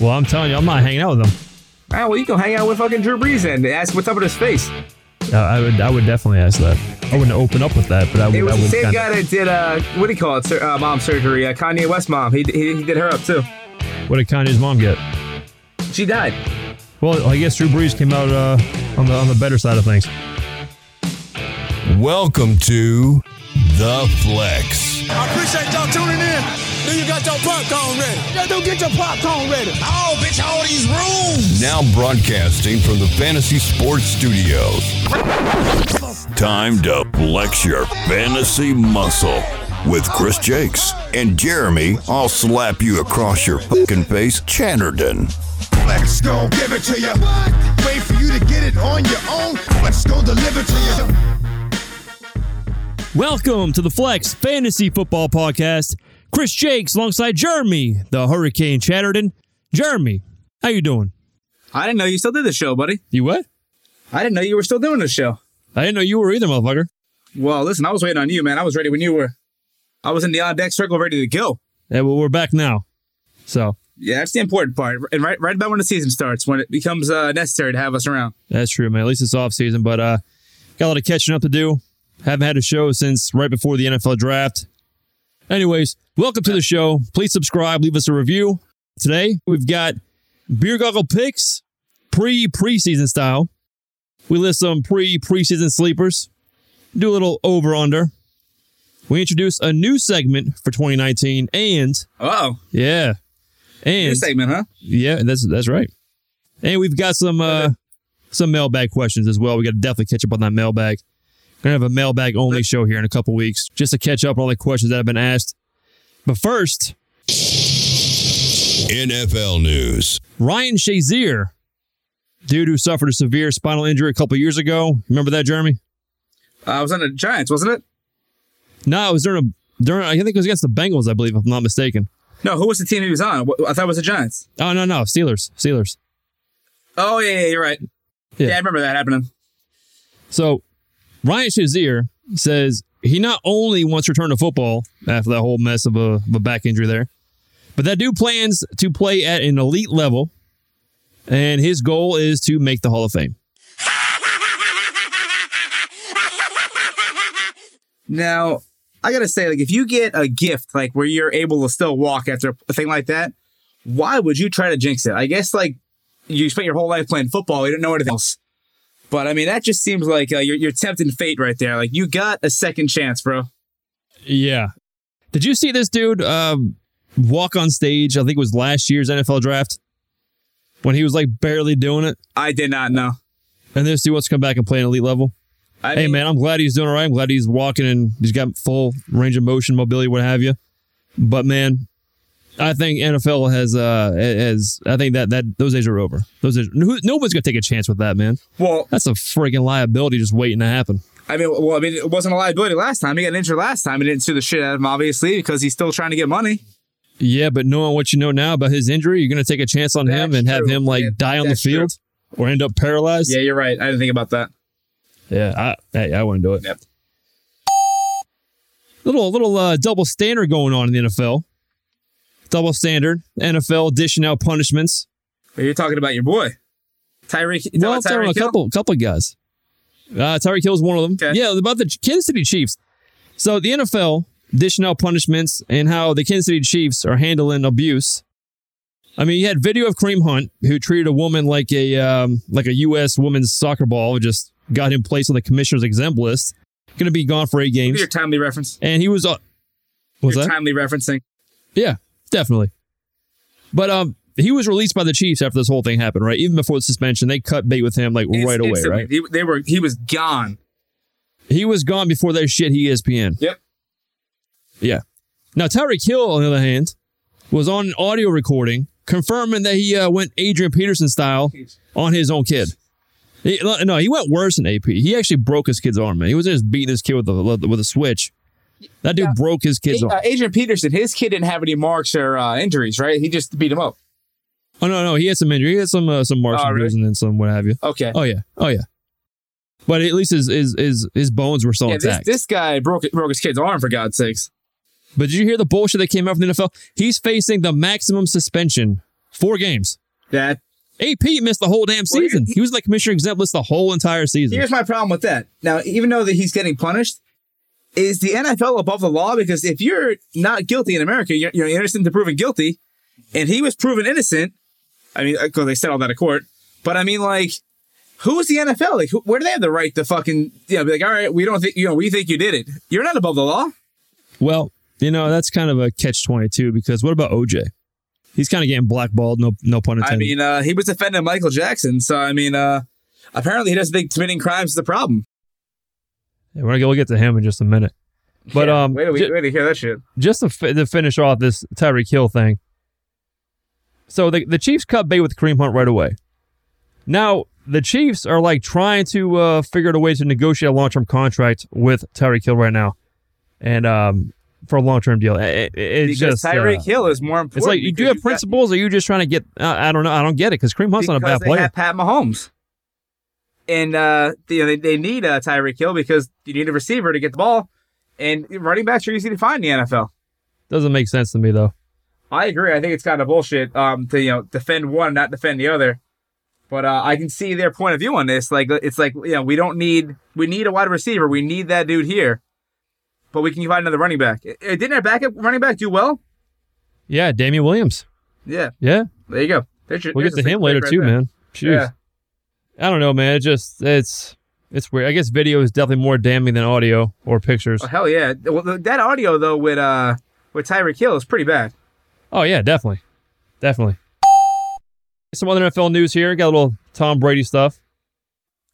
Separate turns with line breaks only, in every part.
Well, I'm telling you, I'm not hanging out with him.
All right, Ah, well, you go hang out with fucking Drew Brees and ask what's up with his face.
Uh, I would, I would definitely ask that. I wouldn't open up with that, but I would.
It was
I
the
would
same
kinda-
guy that did, uh, what do you call it, sur- uh, mom surgery, uh, Kanye West mom. He, he, he did her up, too.
What did Kanye's mom get?
She died.
Well, I guess Drew Brees came out uh, on the on the better side of things.
Welcome to The Flex.
I appreciate y'all tuning in. Do you got your popcorn ready? Yeah, do get your popcorn ready. Oh, bitch, all these rules.
Now broadcasting from the Fantasy Sports Studios. Time to flex your fantasy muscle with Chris Jakes and Jeremy. I'll slap you across your fucking face, Chatterton.
Let's go give it to you. Wait for you to get it on your own. Let's go deliver to you.
Welcome to the Flex Fantasy Football Podcast. Chris Jakes alongside Jeremy, the Hurricane Chatterton. Jeremy, how you doing?
I didn't know you still did the show, buddy.
You what?
I didn't know you were still doing the show.
I didn't know you were either, motherfucker.
Well, listen, I was waiting on you, man. I was ready when you were. I was in the on deck circle ready to go.
Yeah, well, we're back now. So
Yeah, that's the important part. And right, right about when the season starts, when it becomes uh, necessary to have us around.
that's true, man. At least it's off season, but uh, got a lot of catching up to do. Haven't had a show since right before the NFL draft. Anyways, welcome to the show. Please subscribe, leave us a review. Today we've got beer goggle picks, pre preseason style. We list some pre preseason sleepers. Do a little over under. We introduce a new segment for 2019, and
Oh,
yeah,
new
and
segment, huh?
Yeah, that's that's right. And we've got some uh some mailbag questions as well. We got to definitely catch up on that mailbag. Gonna have a mailbag only show here in a couple weeks just to catch up on all the questions that have been asked. But first,
NFL news.
Ryan Shazier, dude who suffered a severe spinal injury a couple years ago. Remember that, Jeremy?
Uh, I was on the Giants, wasn't it?
No, it was during a during I think it was against the Bengals, I believe, if I'm not mistaken.
No, who was the team he was on? Wh- I thought it was the Giants.
Oh no, no, Steelers. Steelers.
Oh, yeah, yeah, you're right.
Yeah.
Yeah, I remember that happening.
So Ryan Shazier says he not only wants to return to football after that whole mess of a, of a back injury there, but that dude plans to play at an elite level, and his goal is to make the Hall of Fame.
Now, I gotta say, like, if you get a gift, like, where you're able to still walk after a thing like that, why would you try to jinx it? I guess, like, you spent your whole life playing football, you didn't know anything else. But I mean, that just seems like uh, you're, you're tempting fate right there. Like, you got a second chance, bro.
Yeah. Did you see this dude um, walk on stage? I think it was last year's NFL draft when he was like barely doing it,
I did not know.
and this dude wants to come back and play an elite level.
I
hey
mean,
man, I'm glad he's doing all right. I'm glad he's walking and he's got full range of motion, mobility, what have you. But man, I think NFL has uh has I think that that those days are over. Those days, who, nobody's gonna take a chance with that man.
well,
That's a freaking liability just waiting to happen.
I mean, well, I mean, it wasn't a liability last time. He got injured last time. He didn't sue the shit out of him, obviously, because he's still trying to get money.
Yeah, but knowing what you know now about his injury, you're gonna take a chance on him
That's
and have
true,
him like
man.
die on
That's
the field or end up paralyzed.
Yeah, you're right. I didn't think about that.
Yeah, I, hey, I wouldn't do it.
Yep.
Little little uh, double standard going on in the NFL. Double standard. NFL dishing out punishments.
But you're talking about your boy, Tyreek. you talking
Well, I'm
about
talking
Tyreek
a
Hill?
couple couple guys. Uh, Tyreek Hill's one of them.
Okay.
Yeah, about the Kansas City Chiefs. So the NFL dishing out punishments and how the Kansas City Chiefs are handling abuse. I mean, you had video of Kareem Hunt who treated a woman like a um, like a U.S. women's soccer ball, just got him placed on the commissioner's exempt list. Going to be gone for eight games.
Your timely reference.
and he was uh, was
Your
that
timely referencing.
yeah definitely but um he was released by the chiefs after this whole thing happened right even before the suspension they cut bait with him like
Inst-
right away
instantly.
right
He, they were. He was gone.
he was gone before their shit he E espn
Yep.
yeah now tyreek hill on the other hand was on an audio recording confirming that he uh, went adrian peterson style on his own kid He- no he went worse than ap he actually broke his kid's arm man he wasn't just beating his kid with a with a switch that dude broke his kid's arm
Uh, Adrian Peterson, his kid didn't have any marks or uh, injuries, right? He just beat him up.
Oh no, no, he had some injury. He had some uh, some marks
Oh,
and
really?
bruises and some what have you.
Okay.
Oh yeah, oh yeah. But at least his his his, his bones were still
yeah, this,
intact.
this guy broke broke his kid's arm for God's sakes.
but did you hear the bullshit that came out from the NFL? He's facing the maximum suspension Four games.
That
AP missed the whole damn season.
he-
he was like commissioner exempt list the whole entire season.
here's my problem with that. Now, even though that he's getting punished, is the NFL above the law? Because if you're not guilty in America, you're, you're innocent to proven guilty, and he was proven innocent. I mean, because they said all that at court, but I mean, like, who is the NFL? Like, who, where do they have the right to fucking you know be like, all right, we don't think you know we think you did it. You're not above the law.
Well, you know that's kind of a catch twenty two because what about OJ? He's kind of getting blackballed. No, no pun
I
intended.
mean, uh, he was defending Michael Jackson, so I mean, uh, apparently he doesn't think committing crimes is the problem.
we're gonna we'll get to him in just a minute. But um,
wait,
ju-
wait, wait to hear that shit.
just to, fi- to finish off this Tyreek Hill thing. So the, the Chiefs cut bait with Kareem Hunt right away. Now, the Chiefs are like trying to uh, figure out a way to negotiate a long term contract with Tyreek Hill right now and um, for a long term deal. It- it- it's
Because
just. uh,
Tyreek Hill is more important.
it's like, you do
because
have
you've got-
principles, or are you just trying to get? Uh, I don't know. I don't get it because Kareem Hunt's not a bad
because they
player.
Have Pat Mahomes, and uh, you know, they, they need uh, Tyreek Hill because you need a receiver to get the ball, and running backs are easy to find in the NFL.
Doesn't make sense to me though.
I agree. I think it's kind of bullshit um, to you know defend one, not defend the other. But uh, I can see their point of view on this. Like uh, it's like you know we don't need we need a wide receiver. We need that dude here, but we can find another running back. Eh, eh, Didn't our backup running back do well?
Yeah, Damian Williams.
Yeah,
Yeah,
there you go. There's your-
we'll
there's
get to
a
him
sick
later
play right
too,
there.
man. Jeez.
Yeah.
I don't know, man. It just it's it's weird. I guess video is definitely more damning than audio or pictures.
Oh, hell yeah. Well, th- that audio though with uh with Tyreek Hill is pretty bad.
Oh yeah, definitely, definitely. Some other NFL news here. Got a little Tom Brady stuff.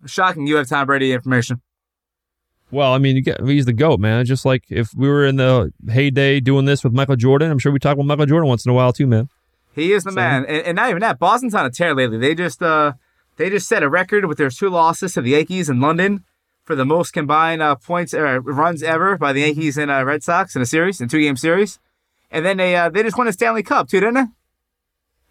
Shocking you have Tom Brady information.
Well, I mean, you get, he's the goat, man. Just like if we were in the heyday doing this with Michael Jordan, I'm sure we talk about Michael Jordan once in a while too, man.
He is the man. And, and not even that. Boston's on a tear lately. They just uh they just set a record with their two losses to the Yankees in London for the most combined uh, points uh, runs ever by the Yankees and uh, Red Sox in a series, in two game series. And then they uh, they just won a Stanley Cup too, didn't they?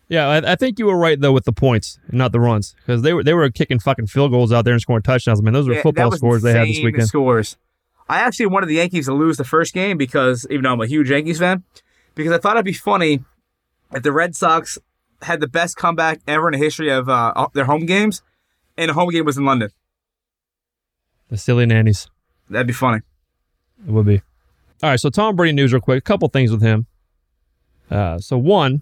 Yeah, I, I think you were right though with the points, and not the runs, because they were they were kicking fucking field goals out there and scoring touchdowns. Man, those were
Yeah, that
football
was
scores they had this
insane
weekend.
Scores. I actually wanted the Yankees to lose the first game because even though I'm a huge Yankees fan, because I thought it'd be funny if the Red Sox had the best comeback ever in the history of uh, their home games, and the home game was in London.
The silly nannies.
That'd be funny.
It would be. All right, so Tom Brady news real quick. A couple things with him. Uh, so one,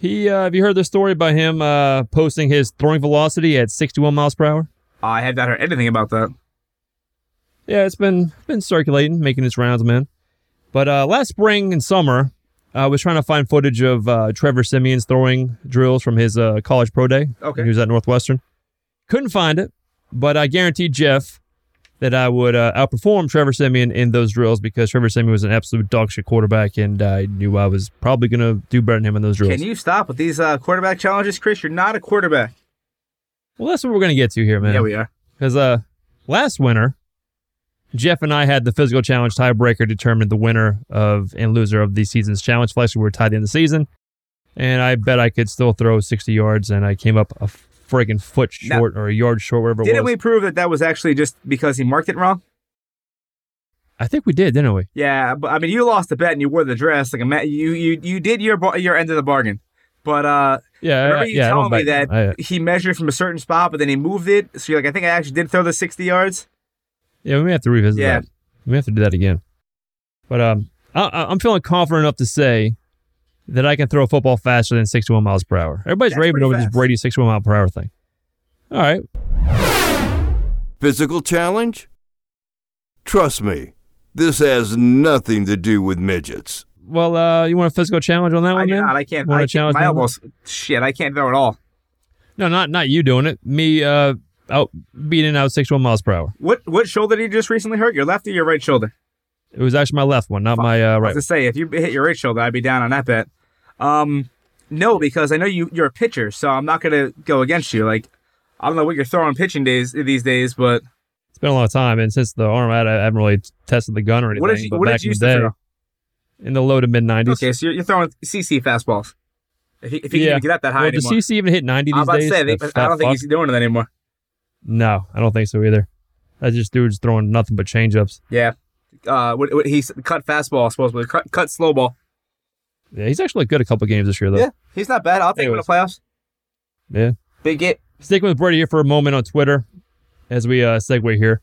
he uh, have you heard the story about him uh, posting his throwing velocity at 61 miles per hour?
I have not heard anything about that.
Yeah, it's been been circulating, making its rounds, man. But uh, last spring and summer, I was trying to find footage of uh, Trevor Simeon's throwing drills from his uh, college pro day.
Okay.
when he was at Northwestern. Couldn't find it, but I guaranteed Jeff that I would uh, outperform Trevor Simeon in those drills because Trevor Simeon was an absolute dog shit quarterback, and I knew I was probably gonna do better than him in those drills.
Can you stop with these uh, quarterback challenges, Chris? You're not a quarterback.
well, that's what we're gonna get to here, man.
Yeah, we are.
Because uh, last winter, Jeff and I had the physical challenge tiebreaker determined the winner of and loser of the season's challenge flash. We were tied in the season, and I bet I could still throw 60 yards, and I came up a friggin' foot
Now-
short or a yard short, wherever it
Didn't
was.
we prove that that was actually just because he marked it wrong?
I think we did, didn't we?
Yeah, but I mean, you lost the bet and you wore the dress. Like, ima- you you you did your bar- your end of the bargain. But uh,
Yeah,
remember
I-
you
yeah, I don't
telling me
back
that
down. I-
he measured from a certain spot, but then he moved it. So you're like, I think I actually did throw the 60 yards.
yeah, we may have to revisit
Yeah.
that. We may have to do that again. But um, I- I, I'm feeling confident enough to say that I can throw a football faster than 61 miles per hour. Everybody's
That's
raving
pretty
over this
fast.
Brady 61 mile per hour thing. All right,
Physical challenge? Trust me, this has nothing to do with midgets.
Well, uh, you want a physical challenge on that
I
one,
do
man?
not. I can't.
Want
I
a
can't
challenge?
my
man?
elbows. Shit, I can't throw at all.
No, not not you doing it. Me uh, out beating out sixty-one miles per hour.
What what shoulder did you just recently hurt? Your left or your right shoulder?
It was actually my left one, not my uh,
I was
right.
to say, if you hit your right shoulder, I'd be down on that bet. Um, no, because I know you you're a pitcher, so I'm not gonna go against you. Like, I don't know what you're throwing pitching days these days, but
It's been a long time, and since the arm out, I haven't really tested the gun or anything.
what did you
but
what
back
did you
in
used
the day,
to throw?
in the low to mid nineties.
Okay, so you're, you're throwing CC fastballs. If he, if he
Yeah.
can even get up that high
well, does
anymore.
CC even hit ninety
I'm
these
about
days?
to say, they,
That
I don't
fat
think
fuck?
he's doing it anymore.
No, I don't think so either. That just dude's throwing nothing but change ups.
Yeah. Uh, what, what he's cut fastball, supposedly cut, cut slow ball.
Yeah, he's actually good a couple games this year though.
Yeah, he's not bad. I'll take him in the playoffs.
Yeah.
Big get.
Sticking with Brady here for a moment on Twitter as we uh, segue here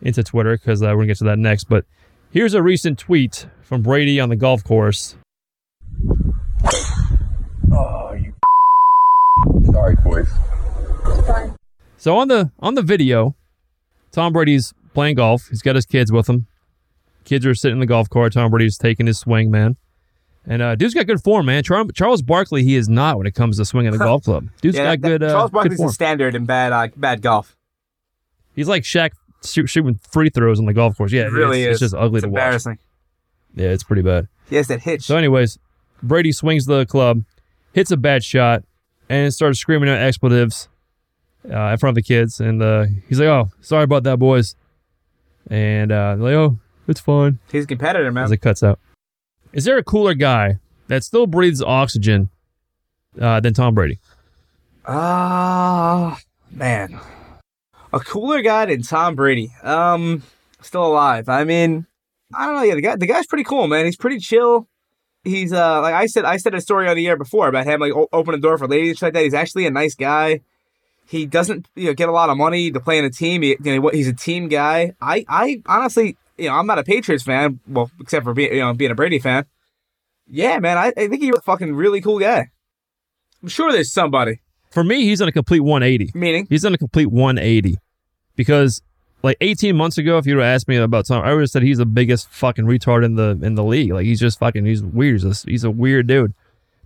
into Twitter because uh, we're going to get to that next. But here's a recent tweet from Brady on the golf course.
Oh, Sorry, boys.
So on the on the video, Tom Brady's playing golf. He's got his kids with him. Kids are sitting in the golf cart. Tom Brady's taking his swing, man. And uh, dude's got good form, man. Char- Charles Barkley, he is not when it comes to swinging the golf club. Dude's
Yeah,
got
that-
good. Uh,
Charles
good
Barkley's
form.
a standard in bad uh, bad golf.
He's like Shaq shoot, shooting free throws on the golf course. Yeah,
It really
it's,
is.
It's just ugly
It's
to watch.
embarrassing.
Yeah, it's pretty bad.
He has that hitch.
So, anyways, Brady swings the club, hits a bad shot, and starts screaming out expletives uh, in front of the kids. And uh, he's like, "Oh, sorry about that, boys." And uh, they're like, "Oh, it's fine."
He's a competitor, man.
As it cuts out, is there a cooler guy that still breathes oxygen uh, than Tom Brady?
Ah, man. A cooler guy than Tom Brady. Um, still alive. I mean, I don't know. Yeah, the guy, the guy's pretty cool, man. He's pretty chill. He's uh, like I said, I said a story on the air before about him like o- opening the door for ladies and shit like that. He's actually a nice guy. He doesn't, you know, get a lot of money to play in a team. He, you know, what- he's a team guy. I, I honestly, you know, I'm not a Patriots fan. Well, except for being, you know, being a Brady fan. Yeah, man, I, I think he's a fucking really cool guy. I'm sure there's somebody.
For me, he's on a complete 180.
Meaning,
He's done a complete 180 because like 18 months ago, if you would have asked me about Tom, I would have said he's the biggest fucking retard in the in the league. Like he's just fucking he's weird. He's a, he's a weird dude.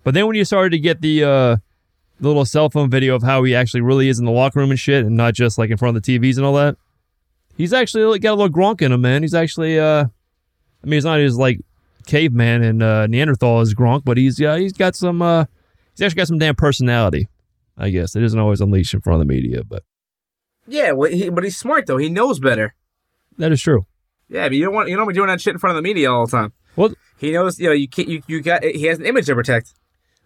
But then when you started to get the uh, the little cell phone video of how he actually really is in the locker room and shit, and not just like in front of the TVs and all that, he's actually like, got a little Gronk in him, man. He's actually uh, I mean, he's not as like caveman and uh, Neanderthal as Gronk, but he's uh, he's got some uh, he's actually got some damn personality. I guess it isn't always unleashed in front of the media, but
Yeah, well, he, but he's smart though. He knows better.
That is true.
Yeah, but you don't want you don't be doing that shit in front of the media all the time.
Well-
he knows you know you can't you, you got he has an image to protect.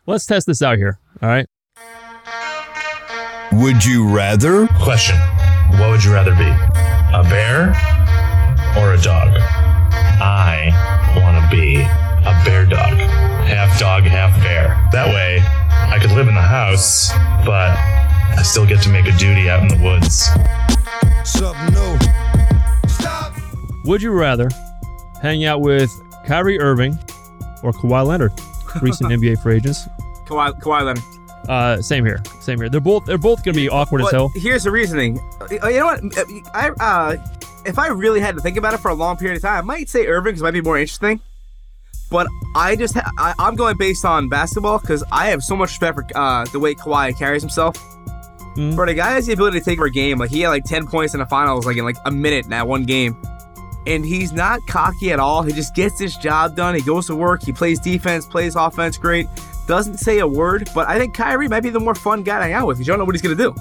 Let's test this out here. All right.
Would you rather?
Question What would you rather be? A bear or a dog? I want to be a bear dog. Half dog, half bear. That way, I could live in the house, but I still get to make a duty out in the woods.
Something new. Stop.
Would you rather hang out with Kyrie Irving or Kawhi Leonard, recent NBA free agents?
Kawhi, Kawhi Leonard.
Uh, same here. Same here. They're both they're both gonna be awkward as
But
hell.
here's the reasoning. Uh, You know what? I uh, if I really had to think about it for a long period of time, I might say Irving 'cause it might be more interesting. But I just ha- I, I'm going based on basketball because I have so much respect for uh, the way Kawhi carries himself.
Mm.
But a guy has the ability to take over a game. Like he had like 10 points in the finals, like in like a minute in that one game. And he's not cocky at all. He just gets his job done. He goes to work. He plays defense, plays offense great. Doesn't say a word. But I think Kyrie might be the more fun guy to hang out with. You don't know what he's gonna do.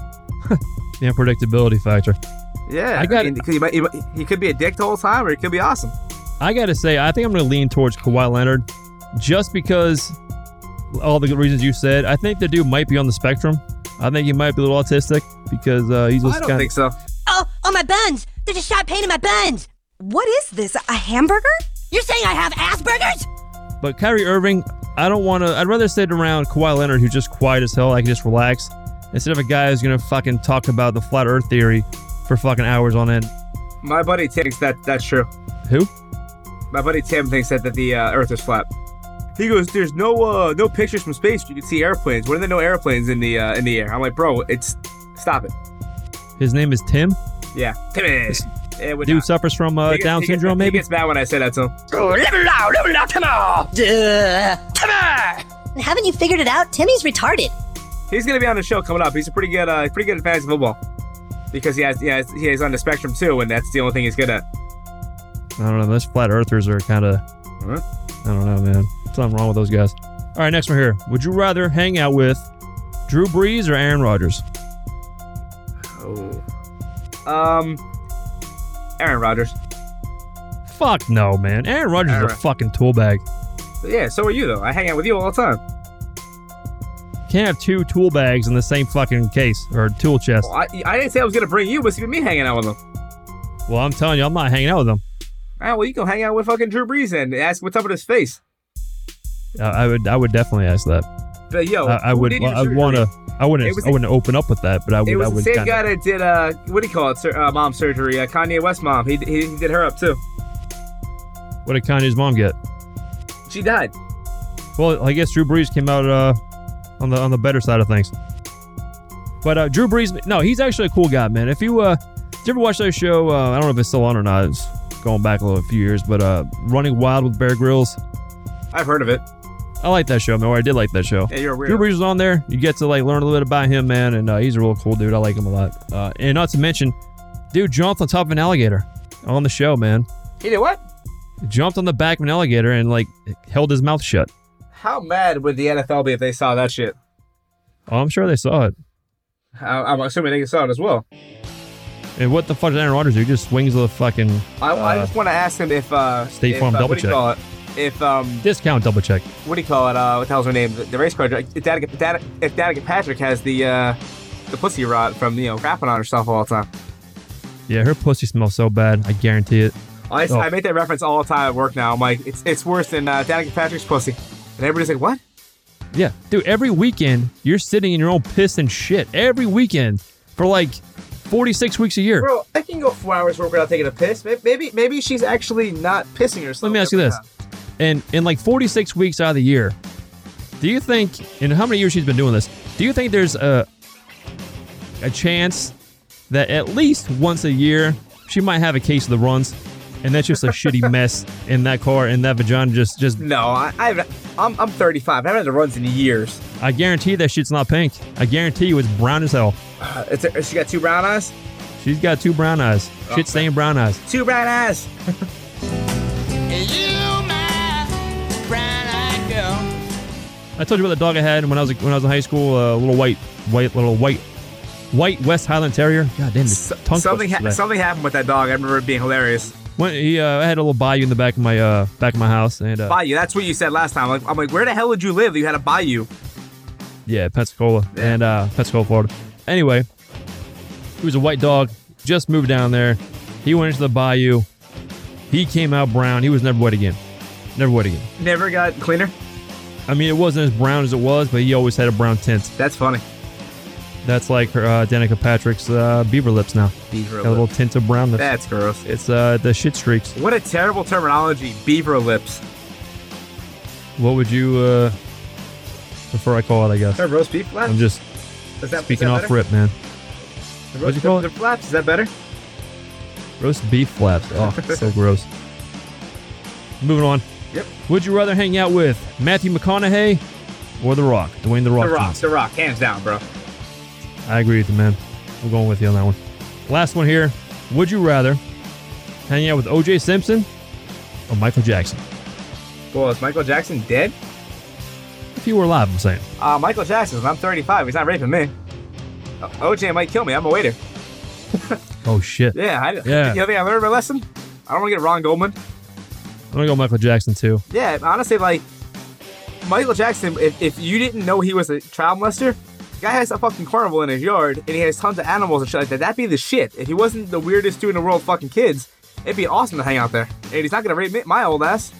The unpredictability factor.
Yeah,
I got it.
He, might, he, might- he could be a dick the whole time, or he could be awesome.
I gotta say, I think I'm gonna lean towards Kawhi Leonard, just because all the good reasons you said. I think the dude might be on the spectrum. I think he might be a little autistic because uh, he's just
I don't
kinda,
think so.
Oh, oh, my buns! There's a sharp pain in my buns! What is this? A hamburger? You're saying I have Asperger's?
But Kyrie Irving, I don't want to. I'd rather sit around Kawhi Leonard, who's just quiet as hell. I can just relax instead of a guy who's gonna fucking talk about the flat Earth theory for fucking hours on end.
My buddy Tim thinks that that's true.
Who?
My buddy Tim thinks that, that the uh, Earth is flat. He goes, "There's no uh, no pictures from space. You can see airplanes. When are there no airplanes in the uh, in the air?" I'm like, "Bro, it's stop it."
His name is Tim.
Yeah, Tim is. Yeah, we're
Dude
not.
suffers from uh,
He gets-
Down
he gets-
syndrome,
He
maybe.
gets mad when I say that to him.
Haven't you figured it out? Timmy's retarded.
He's gonna be on the show coming up. He's a pretty good, uh, pretty good at fantasy football because he has, he has, he is on the spectrum too, and that's the only thing he's good at.
I don't know. Those flat Earthers are kind of.
Huh?
I don't know, man. Something wrong with those guys. All right, next one here. Would you rather hang out with Drew Brees or Aaron Rodgers?
Oh. Um, Aaron Rodgers.
Fuck no, man. Aaron Rodgers is a
Aaron.
fucking tool bag.
But yeah, so are you though. I hang out with you all the time.
Can't have two tool bags in the same fucking case or tool chest.
Well, I, I didn't say I was gonna bring you, but it's gonna be me hanging out with them.
Well, I'm telling you, I'm not hanging out with them.
All right, well you can hang out with fucking Drew Brees and ask what's up with his face.
I, I would I would definitely ask that.
But yo,
I, I
who
would
Oh, did your
I
surgery?
want to. I
It
wouldn't.
was
I wouldn't open up with that, but I would.
It was
I
the
would
same
kinda,
guy that did uh, what do you call it? Sur- uh, mom surgery. Uh, Kanye West mom. He, he he did her up too.
What did Kanye's mom get?
She died.
Well, I guess Drew Brees came out uh, on the on the better side of things. But uh, Drew Brees, no, he's actually a cool guy, man. If you uh, did you ever watch that show? Uh, I don't know if it's still on or not. It's going back a little a few years, but uh, Running Wild with Bear Grylls.
I've heard of it.
I like that show, man. Or I did like that show.
Yeah, you're
Drew
weird.
Brees was on there. You get to like learn a little bit about him, man, and uh, he's a real cool dude. I like him a lot. Uh, and not to mention, dude jumped on top of an alligator on the show, man.
He did what?
Jumped on the back of an alligator and like held his mouth shut.
How mad would the NFL be if they saw that shit?
Oh, I'm sure they saw it.
I, I'm assuming they saw it as well.
And what the fuck did Aaron Rodgers do? He just swings the fucking
I, I
Uh,
just want to ask him if uh,
State
if,
Farm
uh,
double
what do you
check.
call it? If um,
discount double check.
what do you call it? Uh, what the hell's her name? The, the race car. dri- If Danica, Danica, if Danica Patrick has the uh, the pussy rot from you know crapping on herself all the time.
Yeah, her pussy smells so bad. I guarantee it.
I,
Oh.
I make that reference all the time at work now. I'm like, it's it's worse than uh, Danica Patrick's pussy, and everybody's like, what?
Yeah, dude. Every weekend you're sitting in your own piss and shit. Every weekend for like 46 weeks a year.
Bro, I can go four hours work without taking a piss. May- Maybe maybe she's actually not pissing herself.
Let me ask you
every
this.
time.
And in like 46 weeks out of the year, do you think, in how many years she's been doing this, do you think there's a, a chance that at least once a year she might have a case of the runs? And that's just a shitty mess in that car, and that vagina just, just,
No, I, I haven't- I'm I'm 35. I haven't had the runs in years.
I guarantee that shit's not pink. I guarantee you it's brown as hell.
Uh, it's, she got two brown eyes.
She's got two brown eyes. Shit stained brown eyes.
Two brown eyes.
I told you about the dog I had when I was when I was in high school. A little white, white, little white, white West Highland Terrier. God damn it!
S- something ha- something happened with that dog. I remember it being hilarious.
When he, uh, I had a little bayou in the back of my uh, back of my house, and uh,
Bayou. That's what you said last time. Like, I'm like, where the hell did you live? that You had a bayou.
yeah, Pensacola and uh, Pensacola, Florida. Anyway, he was a white dog. Just moved down there. He went into the bayou. He came out brown. He was never wet again. Never wet again.
Never got cleaner.
I mean, it wasn't as brown as it was, but he always had a brown tint.
That's funny.
That's like her, uh, Danica Patrick's uh, beaver lips now. Got a little tint of brown. lips.
That's gross.
It's uh, the shit streaks.
What a terrible terminology. Beaver lips.
What would you uh, prefer I call it? I guess
Is that roast beef flaps?
I'm just
is that,
speaking
is that
off
better?
rip, man.
The
What'd
roast
you call
beef flaps. Is that better?
Roast beef flaps. Oh, so gross. Moving on.
Yep.
Would you rather hang out with Matthew McConaughey or The Rock? Dwayne The Rock.
The Rock.
Johnson.
The Rock. Hands down, bro.
I agree with you, man. I'm going with you on that one. Last one here. Would you rather hang out with O.J. Simpson or Michael Jackson?
Well, is Michael Jackson dead?
If you were alive, I'm saying.
Uh, Michael Jackson. I'm 35. He's not raping me. O- OJ might kill me. I'm a waiter.
Oh shit.
Yeah. I,
Yeah.
You think I learned my lesson? I don't want to get Ron Goldman.
I'm gonna go Michael Jackson too.
Yeah, honestly, like Michael Jackson, if, if you didn't know he was a child molester, the guy has a fucking carnival in his yard and he has tons of animals and shit like that. That'd be the shit. If he wasn't the weirdest dude in the world fucking kids, it'd be awesome to hang out there. And he's not gonna rape me, my old ass.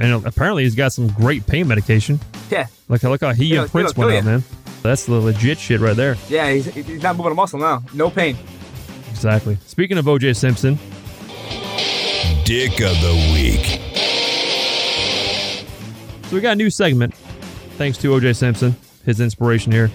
And apparently he's got some great pain medication.
Yeah,
Look, look how he
It'll-
and Prince
it'll
went
kill
out,
ya.
man. That's the legit shit right there.
yeah, he's, he's not moving a muscle now. No pain.
Exactly. Speaking of OJ Simpson,
Dick of the Week.
so we got a new segment. Thanks to OJ Simpson, his inspiration here.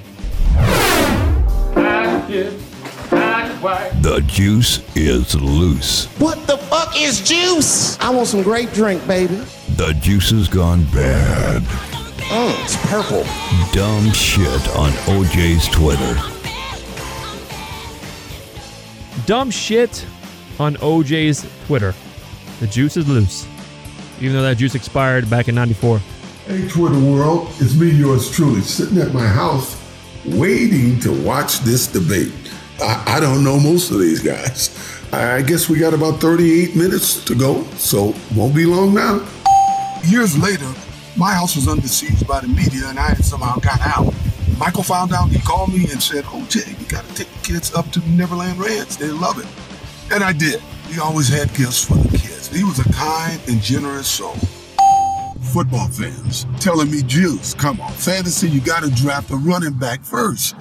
The juice is loose.
What the fuck is juice? I want some grape drink, baby.
The juice has gone bad.
Mm, it's purple.
Dumb shit on OJ's Twitter.
Dumb shit on OJ's Twitter. The juice is loose. Even though that juice expired back in 94.
Hey, Twitter world, it's me, yours truly, sitting at my house waiting to watch this debate. I, I don't know most of these guys. I, I guess we got about 38 minutes to go, so won't be long now.
Years later, my house was under siege by the media and I had somehow got out. Michael found out, he called me and said, OJ, you gotta take the kids up to Neverland Ranch. They love it. And I did. He always had gifts for the kids. He was a kind and generous soul. football fans telling me, Juice, come on, fantasy, you got to draft a running back first.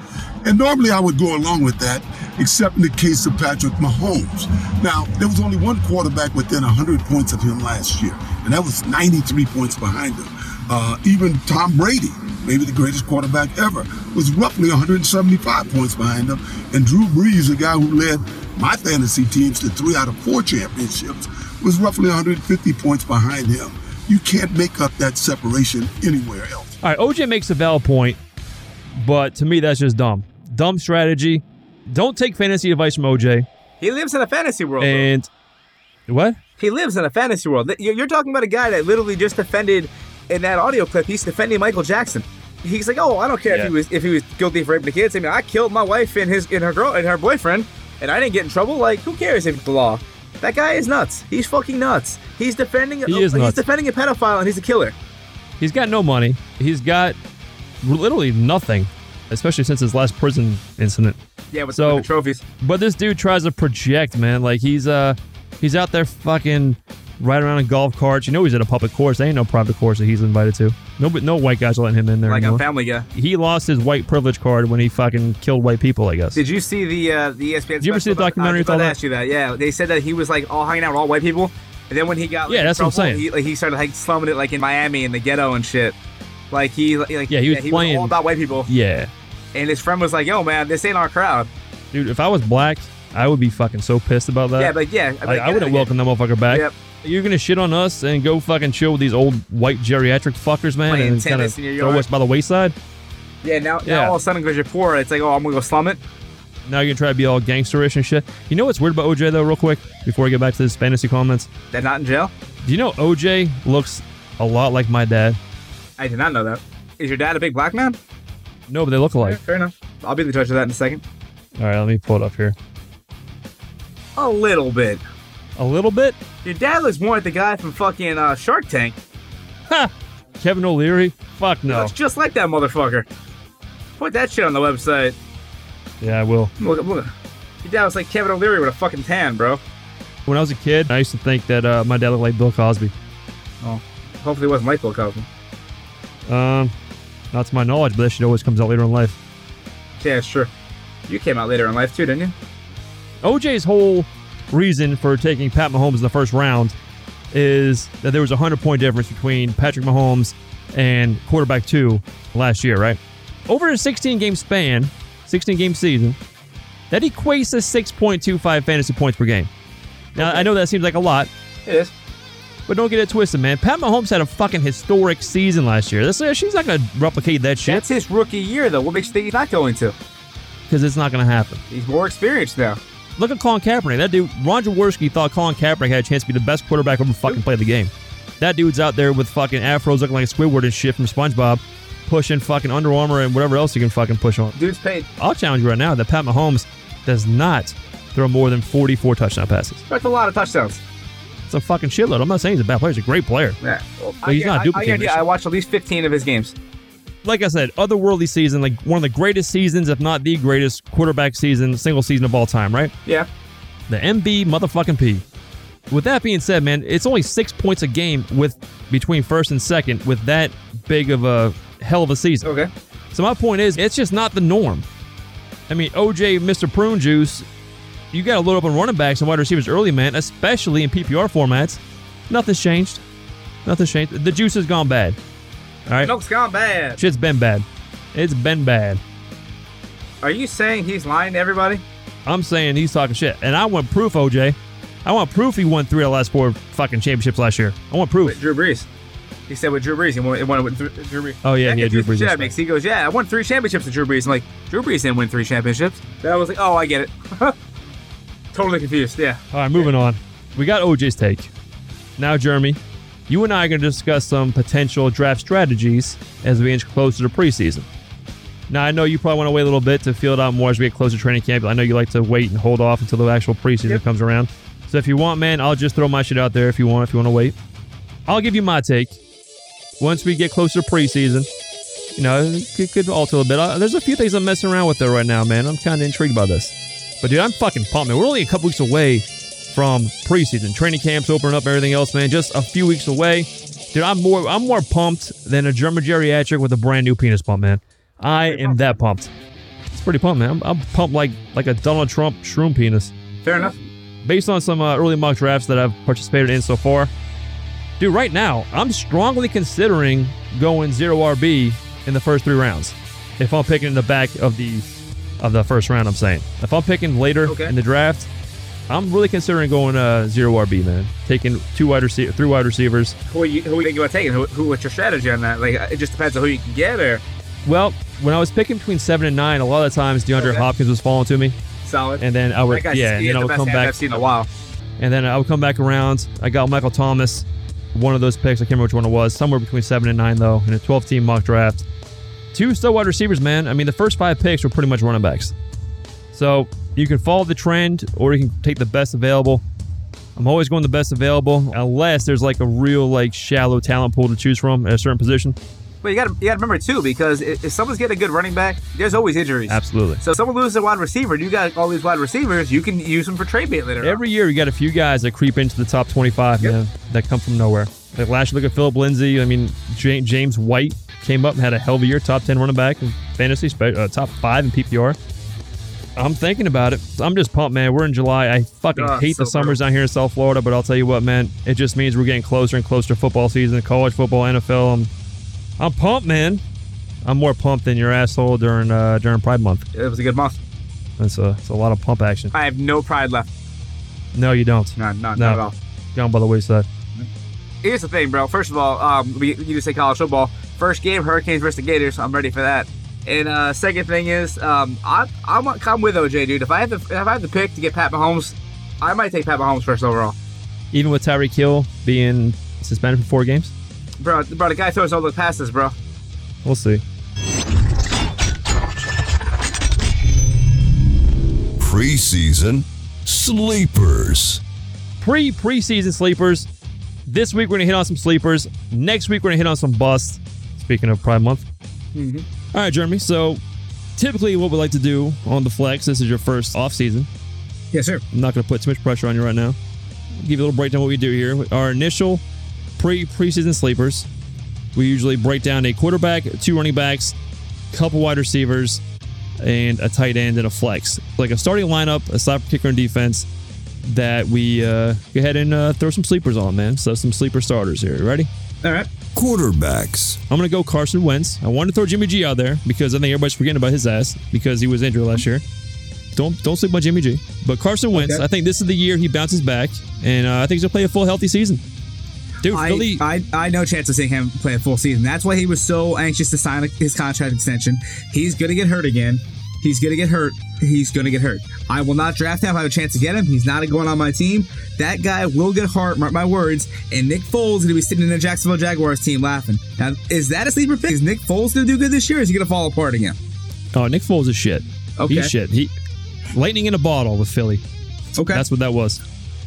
And normally I would go along with that, except in the case of Patrick Mahomes. Now, there was only one quarterback within 100 points of him last year, and that was 93 points behind him. Uh, even Tom Brady, maybe the greatest quarterback ever, was roughly 175 points behind him. And Drew Brees, a guy who led my fantasy teams to three out of four championships, was roughly 150 points behind him. You can't make up that separation anywhere else.
All right, OJ makes a valid point, but to me, that's just dumb. Dumb strategy. Don't take fantasy advice from OJ.
He lives in a fantasy world. though.
And what?
He lives in a fantasy world. Th- You're you're talking about a guy that literally just defended in that audio clip. He's defending Michael Jackson. He's like, oh, I don't care if he
Yeah.
was if he was guilty for raping the kids. I mean, I killed my wife and his and her girl and her boyfriend, and I didn't get in trouble. Like, who cares if it's the law? That guy is nuts. He's fucking nuts. He's defending.
He is
he's
nuts.
defending a pedophile and he's a killer.
He's got no money. He's got literally nothing, especially since his last prison incident.
Yeah, with,
So-
with the trophies.
But this dude tries to project, man. Like he's uh he's out there fucking riding around in golf carts. You know he's at a public course. There ain't no private course that he's invited to. No, but no white guys are letting him in there
Like on
anymore.
Family Guy.
he lost his white privilege card when he fucking killed white people. I guess.
Did you see the uh, the ESPN?
Did you ever see the documentary
I was about to
with all
ask you that. Yeah, they said that he was like all hanging out with all white people, and then when he got like,
Yeah,
in
that's what I'm
trouble,
saying.
He, like, he started like slumming it like in Miami in the ghetto and shit. Like he like
Yeah, he was playing-
all about white people,
Yeah,
and his friend was like, "Yo, man, this ain't our crowd."
dude. If I was black, I would be fucking so pissed about that.
yeah, but yeah,
Uh, I, I wouldn't
welcome.
welcome that motherfucker back.
Yep.
You're gonna shit on us and go fucking chill with these old white geriatric fuckers, man,
Playing
and kind of
tennis in your
throw
yard.
us by the wayside.
Yeah, now, now
Yeah.
all of a sudden because you're poor, it's like, "Oh, I'm gonna go slum it."
Now you're gonna try to be all gangsterish and shit. You know what's weird about OJ though, real quick, before we get back to this fantasy comments?
They're not in jail.
Do you know OJ looks a lot like my dad?
I did not know that. Is your dad a big black man?
No, but they look alike.
Fair enough. I'll be the judge of that in a second.
All right, let me pull it up here.
A little bit.
A little bit.
Your dad looks more like the guy from fucking uh, Shark Tank.
Ha! Kevin O'Leary. Fuck no.
Looks just like that motherfucker. Put that shit on the website.
Yeah, I will.
Look, look. Your dad was like Kevin O'Leary with a fucking tan, bro.
When I was a kid, I used to think that uh, my dad looked like Bill Cosby.
Oh. Hopefully, it wasn't Michael Cosby.
Um, not to my knowledge, but that shit always comes out later in life.
Yeah, sure. You came out later in life too, didn't you?
OJ's whole reason for taking Pat Mahomes in the first round is that there was a 100 point difference between Patrick Mahomes and quarterback two last year, right? Over a 16 game span, 16 game season, that equates to 6.25 fantasy points per game. Now, I know that seems like a lot,
It is.
but don't get it twisted, man. Pat Mahomes had a fucking historic season last year. This, she's not going to replicate that shit
That's his rookie year, though. What makes you think he's not going to?
because it's not going to happen.
He's more experienced now.
Look at Colin Kaepernick. That dude, Ron Jaworski, thought Colin Kaepernick had a chance to be the best quarterback ever fucking played the game. That dude's out there with fucking afros looking like Squidward and shit from SpongeBob, pushing fucking Under Armour and whatever else he can fucking push on.
Dude's paid.
I'll challenge you right now that Pat Mahomes does not throw more than 44 touchdown passes.
That's a lot of touchdowns.
It's a fucking shitload. I'm not saying he's a bad player. He's a great player.
Yeah. Well,
But he's
I,
not
I- I
duplicating
guarantee
this.
I watched at least 15 of his games.
Like I said, otherworldly season, like one of the greatest seasons, if not the greatest quarterback season, single season of all time, right?
Yeah.
the MB motherfucking P. With that being said, man, it's only six points a game with between first and second with that big of a hell of a season.
Okay.
So my point is, it's just not the norm. I mean, OJ, Mr. Prune Juice, you got to load up on running backs and wide receivers early, man, especially in PPR formats. Nothing's changed. Nothing's changed. The juice has gone bad. All right,
Milk's gone bad.
shit's been bad. It's been bad.
Are you saying he's lying to everybody?
I'm saying he's talking shit, and I want proof, OJ. I want proof he won three out of the last four fucking championships last year. I want proof.
With Drew Brees. He said with Drew Brees, he won, he won it with Drew Drew Brees.
Oh, yeah, and
That
he had Drew
confuses
Brees
Chad
as well.
mix. He goes, yeah, I won three championships with Drew Brees. I'm like, Drew Brees didn't win three championships. Then I was like, oh, I get it. totally confused. Yeah.
All right, moving on. We got OJ's take. Now, Jeremy, you and I are going to discuss some potential draft strategies as we inch closer to preseason. Now, I know you probably want to wait a little bit to field out more as we get closer to training camp. I know you like to wait and hold off until the actual preseason
Yep.
comes around. So, if you want, man, I'll just throw my shit out there if you want, if you want to wait. I'll give you my take. Once we get closer to preseason, you know, it could, could alter a little bit. Uh, there's a few things I'm messing around with there right now, man. I'm kind of intrigued by this. But, dude, I'm fucking pumped, man. We're only a couple weeks away from preseason. Training camps opening up, everything else, man. Just a few weeks away. Dude, I'm more I'm more pumped than a German geriatric with a brand new penis pump, man. I am that pumped. It's pretty pumped, man. I'm, I'm pumped like like a Donald Trump shroom penis.
Fair enough.
Based on some uh, early mock drafts that I've participated in so far, dude, right now I'm strongly considering going zero RB in the first three rounds. If I'm picking in the back of the of the first round, I'm saying if I'm picking later
Okay.
in the draft, I'm really considering going uh, zero RB, man. Taking two wide receivers, three wide receivers.
Who are you, who are you thinking about taking? Who, who? What's your strategy on that? Like, it just depends on who you can get or
Well, when I was picking between seven and nine, a lot of the times DeAndre
Okay.
Hopkins was falling to me,
solid.
and then I would
that guy's
yeah, and
yeah,
then I
the
would
best
come
hand
back,
I've seen in a while.
and then I would come back around. I got Michael Thomas, one of those picks. I can't remember which one it was. Somewhere between seven and nine, though, in a twelve-team mock draft. Two still wide receivers, man. I mean, the first five picks were pretty much running backs. So you can follow the trend, or you can take the best available. I'm always going the best available, unless there's like a real like shallow talent pool to choose from at a certain position.
But you got to you got to remember too, because if, if someone's getting a good running back, there's always injuries.
Absolutely.
So if someone loses a wide receiver, and you got all these wide receivers. You can use them for trade bait later.
Every year, you got a few guys that creep into the top 25,
Yep.
man, that come from nowhere. Like last year, look at Philip Lindsay. I mean, Ja- James White came up and had a hell of a year, top 10 running back in fantasy, spe- uh, top five in PPR. I'm thinking about it. I'm just pumped, man. We're in July. I fucking
God,
hate the
Ah, so
summers down here in South Florida, but I'll tell you what, man, it just means we're getting closer and closer to football season, college football, NFL. I'm, I'm pumped, man. I'm more pumped than your asshole during uh, during Pride Month.
on. It was a good month.
That's a, that's a lot of pump action.
I have no pride left.
No, you don't.
None, none,
No.
not at all.
Gone by the wayside.
Here's the thing, bro. First of all, um, we, you just say college football. First game, Hurricanes versus the Gators. I'm ready for that. And uh, second thing is, um, I, I'm I'm with OJ, dude. If I have to if I have to pick to get Pat Mahomes, I might take Pat Mahomes first overall.
even with Tyreek Hill being suspended for four games?
Bro, bro, the guy throws all the passes, bro.
We'll see.
Preseason sleepers.
Pre preseason sleepers. This week we're gonna hit on some sleepers. Next week we're gonna hit on some busts. Speaking of Pride Month. All right, Jeremy. So typically what we like to do on the flex, this is your first off season.
Yes, sir.
I'm not gonna put too much pressure on you right now. give you a little breakdown of what we do here. Our initial pre preseason sleepers. We usually break down a quarterback, two running backs, couple wide receivers, and a tight end and a flex. Like a starting lineup, a slap kicker and defense that we uh, go ahead and uh, throw some sleepers on, man. So some sleeper starters here. You Ready?
All right.
Quarterbacks.
I'm gonna go Carson Wentz. I wanted to throw Jimmy G out there because I think everybody's forgetting about his ass because he was injured last year. Don't don't sleep on Jimmy G. But Carson Wentz,
Okay.
I think this is the year he bounces back, and uh, I think he's gonna play a full healthy season. Dude, Philly,
I, I no chance of seeing him play a full season. That's why he was so anxious to sign his contract extension. He's gonna get hurt again. He's gonna get hurt. He's gonna get hurt. I will not draft him. If I have a chance to get him. He's not going on my team. That guy will get hurt. Mark my words. And Nick Foles is gonna be sitting in the Jacksonville Jaguars team laughing. Now, is that a sleeper pick? Is Nick Foles gonna do good this year? Or is he gonna fall apart again?
oh Nick Foles is shit.
Okay.
He's shit. He lightning in a bottle with Philly.
Okay.
That's what that was.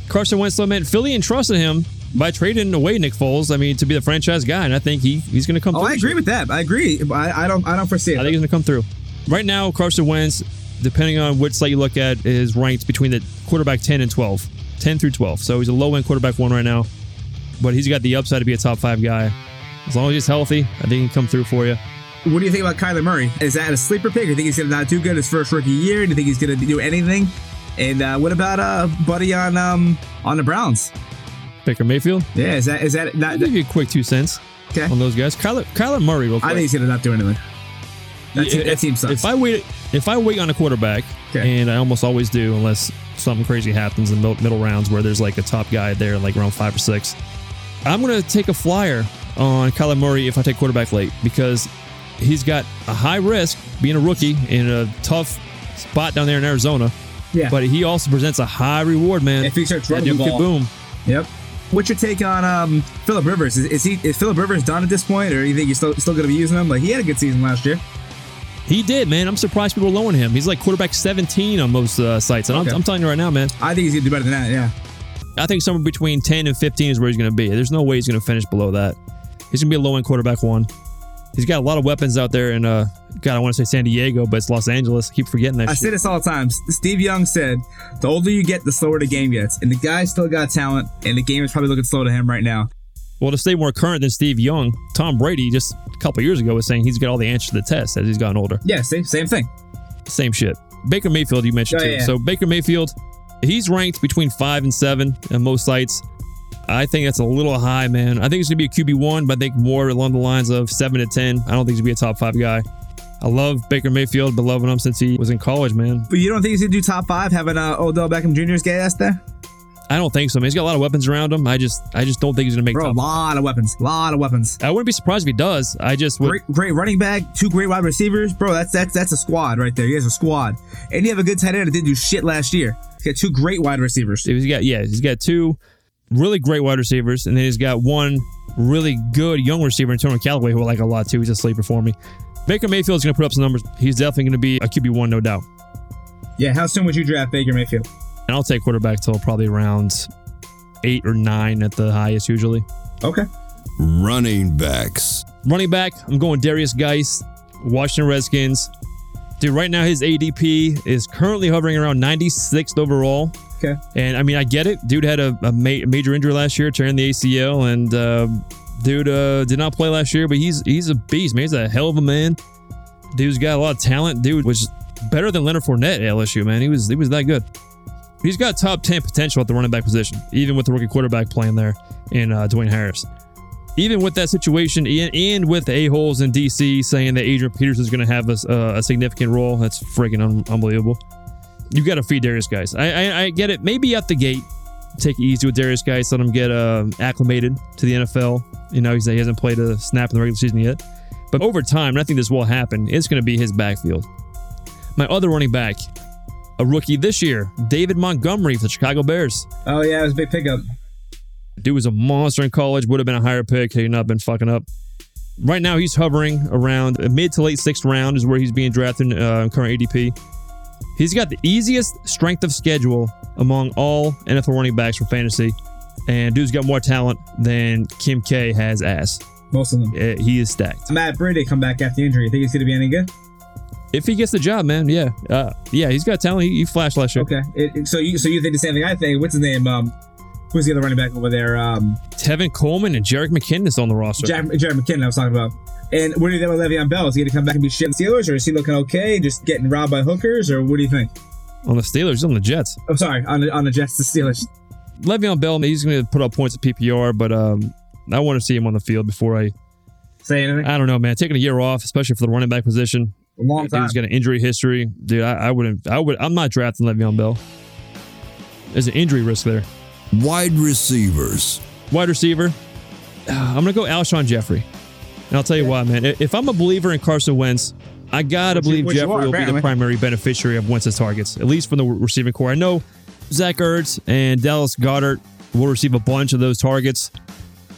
Carson Wentz, though, man, Philly entrusted him by trading away Nick Foles. I mean, to be the franchise guy, and I think he he's gonna come.
oh,
through
I
this
agree
year.
with that. I agree. I, I don't. I don't foresee it.
I think he's going to come through. Right now, Carson Wentz, depending on which site you look at, is ranked between the quarterback 10 and 12, 10 through 12. So he's a low end quarterback one right now, but he's got the upside to be a top five guy. As long as he's healthy, I think he can come through for you.
What do you think about Kyler Murray? Is that a sleeper pick? Do you think he's going to not do good his first rookie year? Do you think he's going to do anything? And uh, what about uh, Buddy on um, on the Browns?
Baker Mayfield,
Yeah, is that is that not?
I'll give you a quick two cents
Okay,
on those guys. Kyler, Kyler Murray, real quick.
I think he's going to not do anything. That, team, that team sucks.
If I wait, if I wait on a quarterback,
Okay.
and I almost always do, unless something crazy happens in the middle rounds where there's like a top guy there, like round five or six, I'm gonna take a flyer on Kyler Murray if I take quarterback late because he's got a high risk being a rookie in a tough spot down there in Arizona,
yeah,
but he also presents a high reward, man.
if he starts
That
running the
dude
ball,
could boom.
Yep. What's your take on um, Philip Rivers? Is, is he is Philip Rivers done at this point, or you think you're still still going to be using him? Like he had a good season last year.
He did, man. I'm surprised people are lowering him. He's like quarterback 17 on most uh, sites, and
Okay.
I'm, I'm telling you right now, man.
I think he's going to do better than that. Yeah.
I think somewhere between 10 and 15 is where he's going to be. There's no way he's going to finish below that. He's going to be a low end quarterback one. He's got a lot of weapons out there in uh, God, I want to say San Diego, but it's Los Angeles. I keep forgetting that.
I
shit.
say this all the time. Steve Young said, "The older you get, the slower the game gets." And the guy still got talent, and the game is probably looking slow to him right now.
Well, to stay more current than Steve Young, Tom Brady just a couple years ago was saying he's got all the answers to the test as he's gotten older.
Yeah, same same thing.
Same shit. Baker Mayfield, you mentioned
Oh,
too.
yeah.
So Baker Mayfield, he's ranked between five and seven on most sites. I think that's a little high, man. I think it's gonna be a QB one, but I think more along the lines of seven to ten. I don't think he's gonna be a top five guy. I love Baker Mayfield, been loving him since he was in college, man.
But you don't think he's gonna do top five having uh, Odell Beckham Jr.'s gay ass there?
I don't think so. Man. He's got a lot of weapons around him. I just, I just don't think he's gonna make
Bro, a
top.
lot of weapons, a lot of weapons.
I wouldn't be surprised if he does. I just would.
Great, great running back, two great wide receivers, bro. That's that's that's a squad right there. You guys are a squad, and you have a good tight end that didn't do shit last year. You got two great wide receivers.
He's got yeah, he's got two really great wide receivers, and then he's got one really good young receiver in Tony Callaway, who I like a lot too. He's a sleeper for me. Baker Mayfield's going to put up some numbers. He's definitely going to be a QB one, no doubt.
Yeah, how soon would you draft Baker Mayfield?
And I'll take quarterback till probably around eight or nine at the highest usually.
Okay.
Running backs.
Running back, I'm going Darius Geis, Washington Redskins. Dude, right now his ADP is currently hovering around 96th overall.
Okay.
And I mean, I get it. Dude had a, a ma- major injury last year, tearing the ACL, and uh, dude uh, did not play last year. But he's he's a beast, man. He's a hell of a man. Dude's got a lot of talent. Dude was better than Leonard Fournette at LSU, man. He was he was that good. He's got top ten potential at the running back position, even with the rookie quarterback playing there in uh, Dwayne Harris. Even with that situation, and, and with the a holes in DC saying that Adrian Peterson's going to have a, s- uh, a significant role, that's freaking un- unbelievable you got to feed Darius guys. I, I I get it. Maybe at the gate, take it easy with Darius guys. Let him get um, acclimated to the NFL. You know, he's, he hasn't played a snap in the regular season yet. But over time, and I think this will happen. It's going to be his backfield. My other running back, a rookie this year, David Montgomery for the Chicago Bears.
Oh yeah, it was a big pickup.
Dude was a monster in college. Would have been a higher pick had he not been fucking up. Right now, he's hovering around a mid to late sixth round is where he's being drafted in uh, current ADP. He's got the easiest strength of schedule among all NFL running backs for fantasy, and dude's got more talent than Kim K has ass.
Most of them.
Eh, He is stacked.
Matt Brady come back after the injury. You think he's gonna be any good?
If he gets the job, man, yeah, uh, yeah, he's got talent. He, he flashed last year.
Okay. It, it- so you so you think the same thing I think? What's his name? Um, who's the other running back over there? Um,
Tevin Coleman and Jarek McKinnis on the roster.
Jack, Jared McKinnon. I was talking about. And what do you think about Le'Veon Bell? Is he gonna come back and be shit in the Steelers, or is he looking okay, just getting robbed by hookers, or what do you think?
on the Steelers, he's on the Jets.
I'm sorry, on the on the Jets, the Steelers.
Le'Veon Bell, he's going to put up points at PPR, but um, I want to see him on the field before I.
Say anything?
I don't know, man. Taking a year off, especially for the running back position,
A long time.
dude's got an injury history. Dude, I, I wouldn't. I would. I'm not drafting Le'Veon Bell. There's an injury risk there.
Wide receivers.
Wide receiver, ah, I'm going to go Alshon Jeffrey, and I'll tell you why, man. I- If I'm a believer in Carson Wentz, I gotta
you-
believe
which you
Jeffrey
are,
will be
apparently.
the primary beneficiary of Wentz's targets, at least from the receiving core. I know Zach Ertz and Dallas Goddard will receive a bunch of those targets.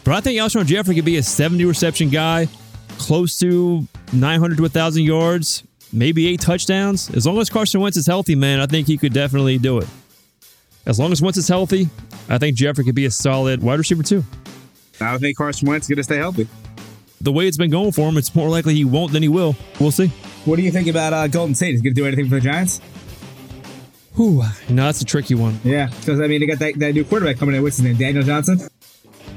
But I think Alshon Jeffrey could be a 70 reception guy, close to 900 to 1,000 yards, maybe eight touchdowns. As long as Carson Wentz is healthy, man, I think he could definitely do it. As long as Wentz is healthy, I think Jeffrey could be a solid wide receiver too.
I think Carson Wentz is gonna stay healthy.
The way it's been going for him, it's more likely he won't than he will. We'll see.
What do you think about uh, Golden State? Is he gonna do anything for the Giants?
Whew, no, that's a tricky one.
Yeah, because I mean, they got that, that new quarterback coming in. What's his name? Daniel Johnson.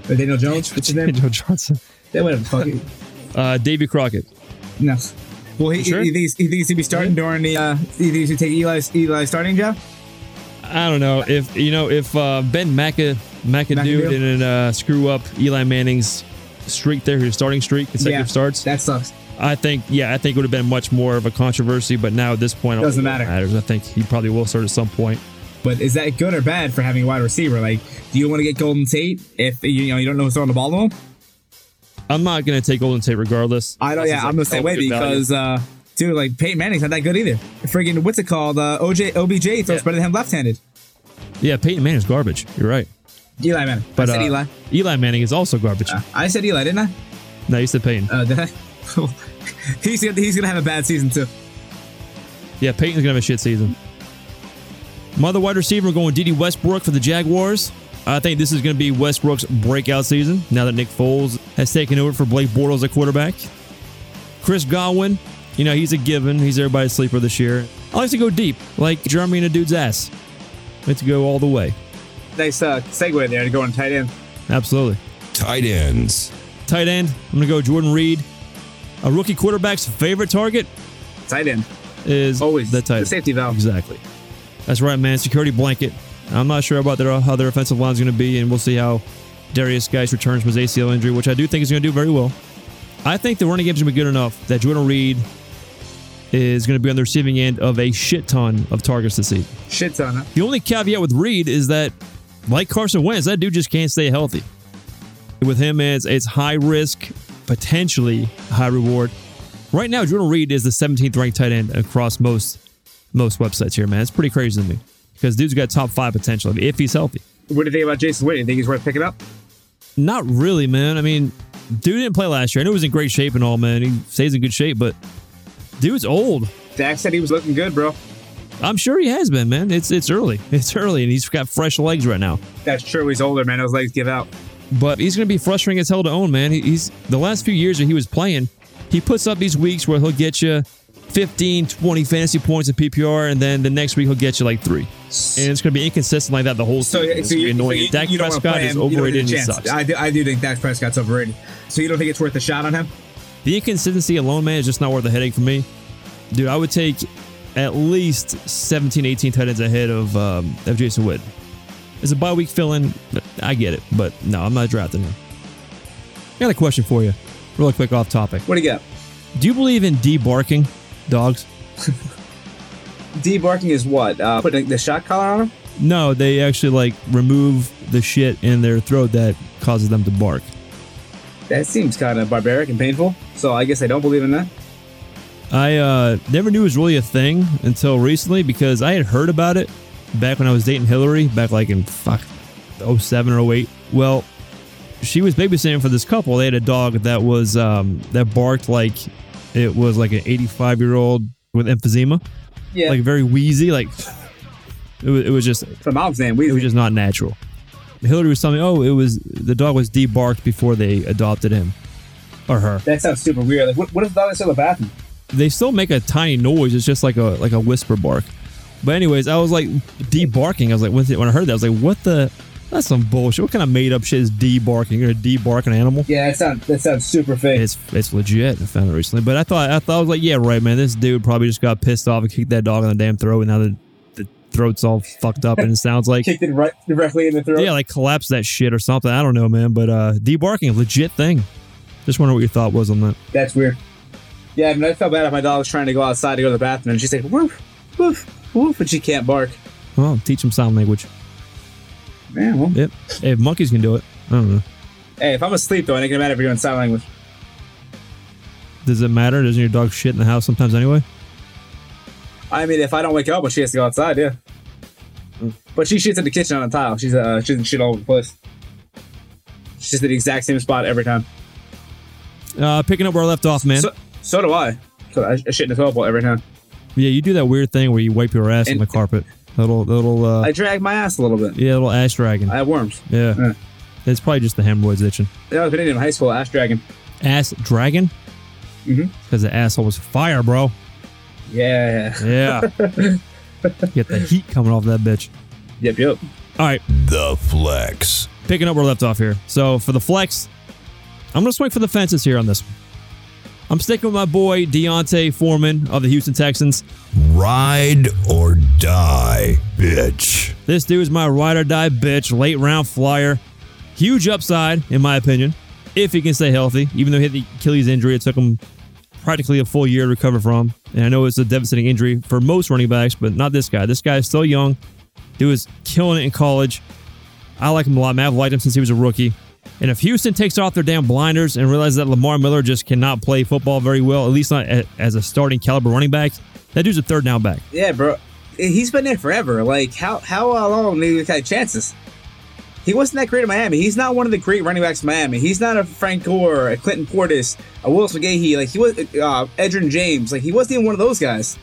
Or Daniel Jones? What's his name?
Joe Johnson.
That whatever. Fuck it.
Uh, Davy Crockett.
No. Well, he,
sure?
he, thinks he thinks he'd be starting during the. Uh, he thinks he'd take Eli's Eli's starting job.
I don't know if you know if uh, Ben McAdoo
McAdoo?
McAdoo didn't uh, screw up Eli Manning's streak there, his starting streak, consecutive starts.
That sucks.
I think, yeah, I think it would have been much more of a controversy, but now at this point, I don't
Doesn't
think it
matter.
Matters. I think he probably will start at some point.
But is that good or bad for having a wide receiver? Like, do you want to get Golden Tate if you know you don't know who's throwing the ball to him?
I'm not going to take Golden Tate regardless.
I don't.
Unless
Yeah,
it's
I'm
like
the same way
good value.
because uh, dude, like Peyton Manning's not that good either. Friggin' what's it called? Uh, OJ OBJ throws
Yeah.
better than him left-handed.
yeah, Peyton Manning's garbage. You're right,
Eli Manning.
but
I said
uh,
Eli.
Eli Manning is also garbage.
I said Eli, didn't I?
no, you said Peyton.
Uh, did I? he's gonna, he's gonna have a bad season too.
Yeah, Peyton's gonna have a shit season. My other wide receiver going D.D. Westbrook for the Jaguars. I think this is gonna be Westbrook's breakout season now that Nick Foles has taken over for Blake Bortles at quarterback. Chris Godwin, You know, he's a given. He's everybody's sleeper this year. I like to go deep, like Jeremy in a dude's ass. I like to go all the way.
Nice uh, segue there to go on tight end.
Absolutely.
Tight ends.
Tight end, I'm going to go Jordan Reed. A rookie quarterback's favorite target
Tight end.
is
Always.
the tight
The
end.
safety valve.
Exactly. That's right, man. Security blanket. I'm not sure about their, how their offensive line's going to be, and we'll see how Darius Geis returns from his ACL injury, which I do think is going to do very well. I think the running game's going to be good enough that Jordan Reed is going to be on the receiving end of a shit ton of targets this season.
Shit ton, huh?
The only caveat with Reed is that, like Carson Wentz, that dude just can't stay healthy. With him, it's, it's high risk, potentially high reward. Right now, Jordan Reed is the 17th ranked tight end across most most websites here, man. It's pretty crazy to me because dude's got top five potential I mean, if he's healthy.
What do you think about Jason Witten? You think he's worth picking up?
Not really, man. I mean, dude didn't play last year. I know he was in great shape and all, man. He stays in good shape, but dude's old.
Dak said he was looking good, bro.
I'm sure he has been, man. It's it's early. It's early, and he's got fresh legs right now.
That's true. He's older, man. Those legs give out.
but he's going to be frustrating as hell to own, man. He- He's the last few years that he was playing, he puts up these weeks where he'll get you 15, 20 fantasy points in PPR, and then the next week he'll get you like three. And it's going to be inconsistent like that the whole
So,
season. it's
so
going to
you,
be annoying.
so you-
Dak
you don't wanna
Prescott
play
is
him. You don't
overrated and
get a
he
chance.
sucks.
I do, I do think Dak Prescott's overrated. So you don't think it's worth a shot on him?
the inconsistency alone, man, is just not worth the headache for me. Dude, I would take at least 17, 18 tight ends ahead of, um, of Jason Witt. It's a bye week fill in. I get it, but no, I'm not drafting him. I got a question for you, real quick off topic.
What do you got?
Do you believe in debarking dogs?
Debarking is what? Uh, putting the shot collar on him?
No, they actually like remove the shit in their throat that causes them to bark.
That seems kind of barbaric and painful. So I guess I don't believe in that.
I uh, never knew it was really a thing until recently because I had heard about it back when I was dating Hillary back like in fuck 07 or 08. Well, she was babysitting for this couple. They had a dog that was um, that barked like it was like an 85 year old with emphysema,
Yeah.
like very wheezy. Like it was, it was just
From my name,
it
we
was just not natural. Hillary was telling me, oh, it was the dog was debarked before they adopted him or her.
that sounds super weird. Like, what, what if the dog is in the bathroom?
They still make a tiny noise. It's just like a like a whisper bark. But anyways, I was like debarking. I was like, when, when I heard that, I was like, what the? That's some bullshit. What kind of made up shit is debarking? You're gonna debark an animal?
Yeah, that sounds that sounds super fake.
It's it's legit. I found it recently, but I thought I thought I was like, yeah, right, man. This dude probably just got pissed off and kicked that dog in the damn throat, and now the, the throat's all fucked up, and it sounds like
Kicked it right directly in the throat.
Yeah, like collapse that shit or something. I don't know, man. But uh debarking, legit thing. Just wonder what your thought was on that.
That's weird. Yeah, I mean, I felt bad if my dog was trying to go outside to go to the bathroom, and she's like, woof, woof, woof, and she can't bark.
Well, teach them sign language.
Man, well,
Yep. Hey, if monkeys can do it, I don't know.
hey, if I'm asleep though, I ain't gonna matter if you're in sign language.
Does it matter? Doesn't your dog shit in the house sometimes anyway?
I mean, if I don't wake up, but she has to go outside, yeah. But she shits in the kitchen on a tile. She's uh, she doesn't shit all over the place. She's just in the exact same spot every time.
Uh picking up where I left off, man.
So, so do I. So I, I shit in the toilet bowl every time.
yeah, you do that weird thing where you wipe your ass on
And-
the carpet. Little little uh
I drag my ass a little bit.
yeah, little ash dragon.
I uh. have worms.
yeah.
Yeah.
It's probably just the hemorrhoids itching.
That was been in high school. Ass dragging.
Ass dragon?
Mhm.
Because the asshole was fire, bro.
Yeah.
Yeah. Get the heat coming off that bitch.
Yep. Yep.
All right.
The flex.
picking up where we left off here. So for the flex, I'm going to swing for the fences here on this one. I'm sticking with my boy Deontay Foreman of the Houston Texans.
Ride or die, bitch.
This dude is my ride or die bitch, late round flyer. Huge upside, in my opinion, if he can stay healthy, even though he had the Achilles injury. It took him practically a full year to recover from. And I know it's a devastating injury for most running backs, but not this guy. This guy is still young. He was killing it in college. I like him a lot. man. I've liked him since he was a rookie. And if Houston takes off their damn blinders and realizes that Lamar Miller just cannot play football very well, at least not a- as a starting caliber running back, that dude's a third down back.
Yeah, bro. He's been there forever. Like, how how uh, long did he have chances? He wasn't that great in Miami. He's not one of the great running backs in Miami. He's not a Frank Gore, a Clinton Portis, a Willis McGahee. Like he was, uh, Edrin James. Like he wasn't even one of those guys.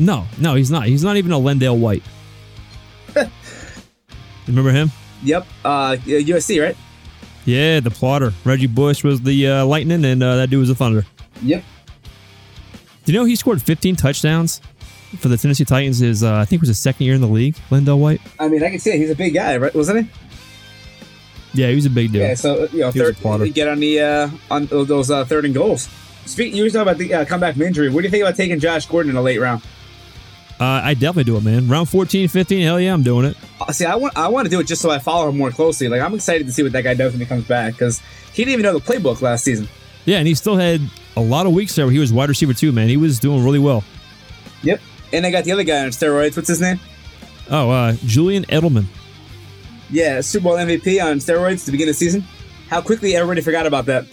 No, no, he's not. He's not even a Lendale White. Remember him?
Yep. Uh, USC, right?
Yeah, the plotter. Reggie Bush was the uh, lightning, and uh, that dude was the thunder.
Yep.
Do you know he scored 15 touchdowns for the Tennessee Titans? His uh, I think it was his second year in the league. Lindell White.
I mean, I can see it. He's a big guy, right? Wasn't he?
Yeah, he was a big dude.
Yeah. so you know,
He was a
third,
plotter.
you get on the uh, on those- those uh, third and goals. Speak. You were talking about the uh, comeback from injury. What do you think about taking Josh Gordon in a late round?
Uh, I definitely do it, man. Round 14, 15, hell yeah, I'm doing it.
Uh, See, I want I want to do it just so I follow him more closely. Like I'm excited to see what that guy does when he comes back because he didn't even know the playbook last season.
Yeah, and he still had a lot of weeks there where he was wide receiver too, man. He was doing really well.
Yep. And they got the other guy on steroids. What's his name?
Oh, uh, Julian Edelman.
Yeah, Super Bowl MVP on steroids at the beginning of the season. How quickly everybody forgot about that.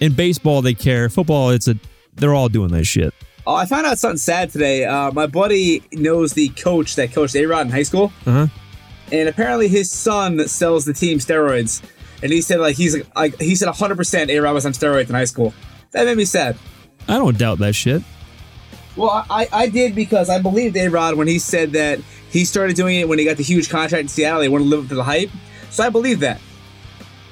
In baseball, they care. Football, it's a they're all doing that shit.
Oh, I found out something sad today. Uh, my buddy knows the coach that coached A Rod in high school,
Uh huh.
and apparently his son sells the team steroids. And he said like he's like, like he said 100 percent A Rod was on steroids in high school. That made me sad.
I don't doubt that shit.
Well, I- I, I did because I believed A Rod when he said that he started doing it when he got the huge contract in Seattle. He wanted to live up to the hype, so I believed that.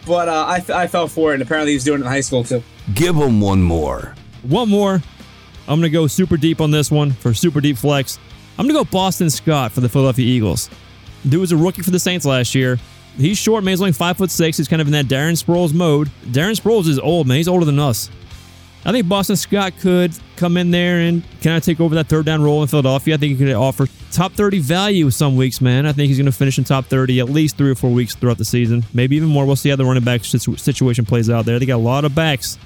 But uh, I, I fell for it, and apparently he was doing it in high school too.
Give him one more.
One more. I'm gonna go super deep on this one for super deep flex. I'm gonna go Boston Scott for the Philadelphia Eagles. Dude was a rookie for the Saints last year. He's short, man. He's only five foot six. He's kind of in that Darren Sproles mode. Darren Sproles is old, man. He's older than us. I think Boston Scott could come in there and kind of take over that third down role in Philadelphia. I think he could offer top 30 value some weeks, man. I think he's going to finish in top 30 at least three or four weeks throughout the season, maybe even more. We'll see how the running back situ- situation plays out there. They got a lot of backs,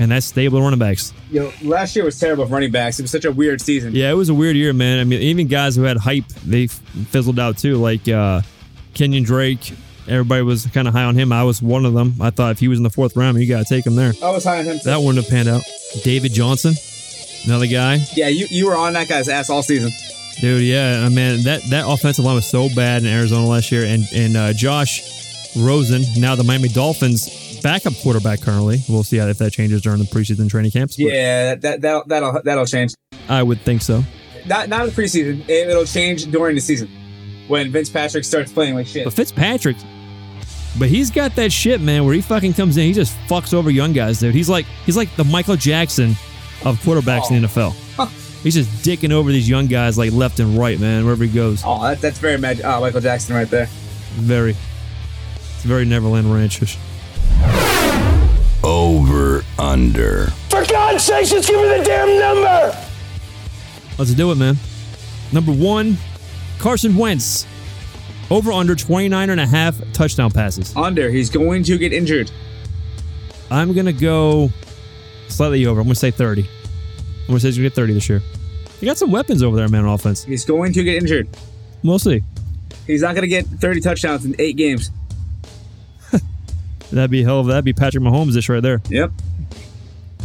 and that's stable running backs.
You know, last year was terrible for running backs. It was such a weird season.
Yeah, it was a weird year, man. I mean, even guys who had hype, they f- fizzled out too. Like uh, Kenyon Drake, everybody was kind of high on him. I was one of them. I thought if he was in the fourth round, you got to take him there.
I was high on him.
That wouldn't have panned out. David Johnson, another guy.
Yeah, you, you were on that guy's ass all season.
Dude, yeah, I mean that that offensive line was so bad in Arizona last year, and and uh, Josh Rosen, now the Miami Dolphins backup quarterback currently. We'll see how, if that changes during the preseason training camps. but
Yeah, that that that'll that'll change.
I would think so.
Not not in the preseason. It, it'll change during the season when Vince Patrick starts playing like shit.
But Fitzpatrick, but he's got that shit, man, where he fucking comes in, he just fucks over young guys, dude. He's like he's like the Michael Jackson of quarterbacks in the NFL. He's just dicking over these young guys like left and right, man, wherever he goes.
Oh, that, that's very mag- oh, Michael Jackson right there.
Very, it's very Neverland Ranchish.
Over under.
For God's sakes, just give me the damn number!
Let's do it, man. Number one, Carson Wentz. Over under 29 and a half touchdown passes.
Under, he's going to get injured.
I'm going to go slightly over. I'm going to say 30. I'm going to say he's going to get 30 this year. They got some weapons over there, man, on offense.
He's going to get injured.
We'll see.
He's not going to get 30 touchdowns in eight games.
That'd be hell of that'd be Patrick Mahomes this right there.
Yep.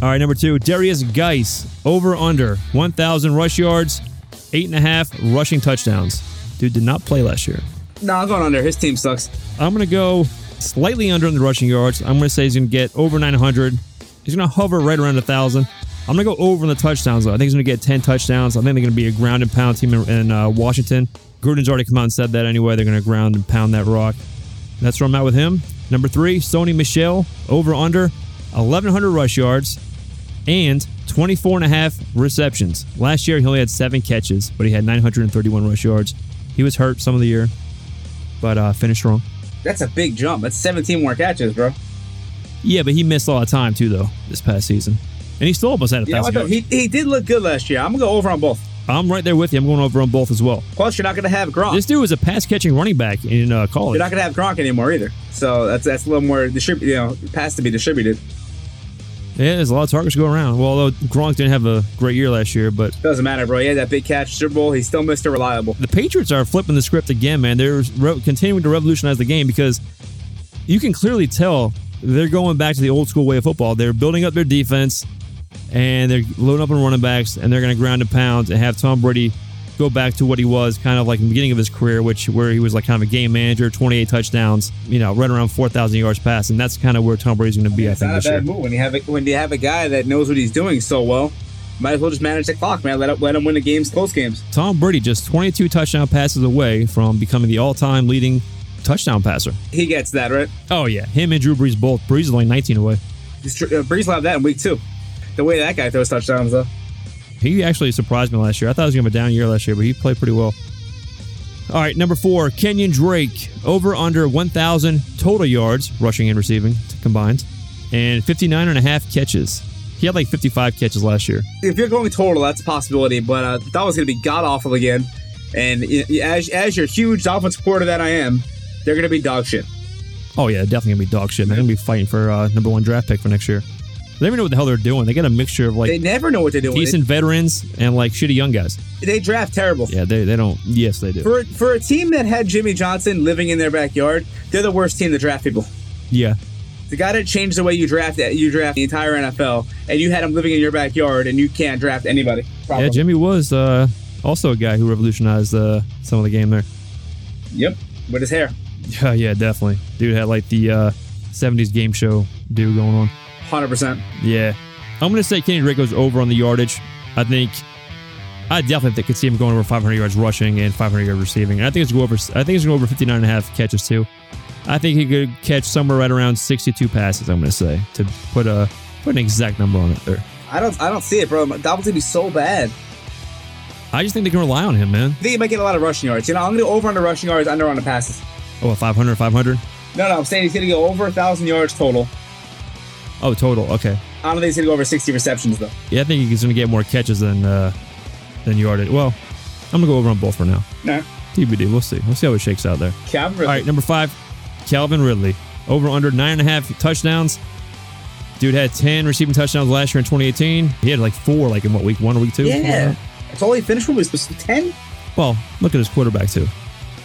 All right, number two, Darius Geis. Over under 1,000 rush yards, eight and a half rushing touchdowns. Dude did not play last year.
No, I'm going under. His team sucks.
I'm going to go slightly under in the rushing yards. I'm going to say he's going to get over 900. He's going to hover right around 1,000. I'm going to go over in the touchdowns, though. I think he's going to get 10 touchdowns. I think they're going to be a ground and pound team in, in uh, Washington. Gruden's already come out and said that anyway. They're going to ground and pound that rock. That's where I'm at with him. Number three, Sony Michelle, over under 1,100 rush yards and 24 and a half receptions. Last year, he only had seven catches, but he had 931 rush yards. He was hurt some of the year, but uh, finished strong.
That's a big jump. That's 17 more catches, bro.
Yeah, but he missed a lot of time too, though, this past season. And he still almost had a
You know, I
thousand
thought
yards.
he, he did look good last year. I'm going to go over on both.
I'm right there with you. I'm going over on both as well.
Plus, you're not going to have Gronk.
This dude was a pass catching running back in uh, college.
you're not going to have Gronk anymore either. So that's that's a little more distributed, you know, pass to be distributed.
yeah, there's a lot of targets to go around. Well, although Gronk didn't have a great year last year, but
Doesn't matter, bro. He had that big catch, Super Bowl. He's still Mr. Reliable.
the Patriots are flipping the script again, man. They're re- continuing to revolutionize the game because you can clearly tell they're going back to the old school way of football. They're building up their defense and they're loading up on running backs and they're going to ground and pound and have Tom Brady go back to what he was kind of like in the beginning of his career, which where he was like kind of a game manager, 28 touchdowns, you know, right around 4,000 yards passing. That's kind of where Tom Brady's going to be, I
It's
think,
not a
this year.
bad move when you have a, when you have a guy that knows what he's doing so well. Might as well just manage the clock, man. Let him, let him win the games, close games.
Tom Brady just 22 touchdown passes away from becoming the all-time leading touchdown passer.
He gets that, right?
Oh yeah, him and Drew Brees both. Brees is only 19 away.
Just- uh, Brees will have that in week two. The way that guy throws touchdowns, though.
He actually surprised me last year. I thought it was going to be a down year last year, but he played pretty well. All right, number four, Kenyon Drake, over under 1,000 total yards, rushing and receiving combined, and 59 and a half catches. He had like 55 catches last year.
if you're going total, that's a possibility. But uh, that was going to be god awful again. And y- y- as as your huge Dolphins supporter that I am, they're going to be dog shit.
Oh yeah, definitely gonna be dog shit. They're gonna be fighting for uh, number one draft pick for next year. They don't even know what the hell they're doing. They got a mixture of
They
like
never know what they're doing.
decent veterans and like shitty young guys.
They, they draft terrible.
Yeah, they, they don't. Yes, they do.
For for a team that had Jimmy Johnson living in their backyard, they're the worst team to draft people.
Yeah,
The guy that changed the way you draft you draft the entire NFL, and you had him living in your backyard, and you can't draft anybody.
yeah.
properly.
Jimmy was uh, also a guy who revolutionized uh, some of the game there.
Yep, with his hair,
Yeah, yeah, definitely. Dude had like the uh, '70s game show dude going on.
hundred percent.
Yeah. I'm going to say Kenny Drake goes over on the yardage. I think, I definitely think could see him going over 500 yards rushing and 500 yards receiving. And I think it's going to go over, I think it's going to go over 59 and a half catches too. I think he could catch somewhere right around 62 passes, I'm going to say, to put a, put an exact number on it there.
I don't I don't see it, bro. Dolphins gonna be so bad.
I just think they can rely on him, man.
I think he might get a lot of rushing yards. You know, I'm gonna go over on the rushing yards, under on the passes.
Oh, a 500, 500?
No, no, I'm saying he's gonna go over a thousand yards total.
Oh, total. Okay.
I don't think he's gonna go over 60 receptions though.
Yeah, I think he's going to get more catches than, uh, than yardage. Well, I'm going to go over on both for now.
No,
TBD. We'll see. We'll see how it shakes out there.
Calvin Ridley.
All right, number five, Calvin Ridley. Over under nine and a half touchdowns. Dude had 10 receiving touchdowns last year in 2018. He had like four, like in what, week one or week two?
yeah, that's all he finished with was was 10.
Well, look at his quarterback, too.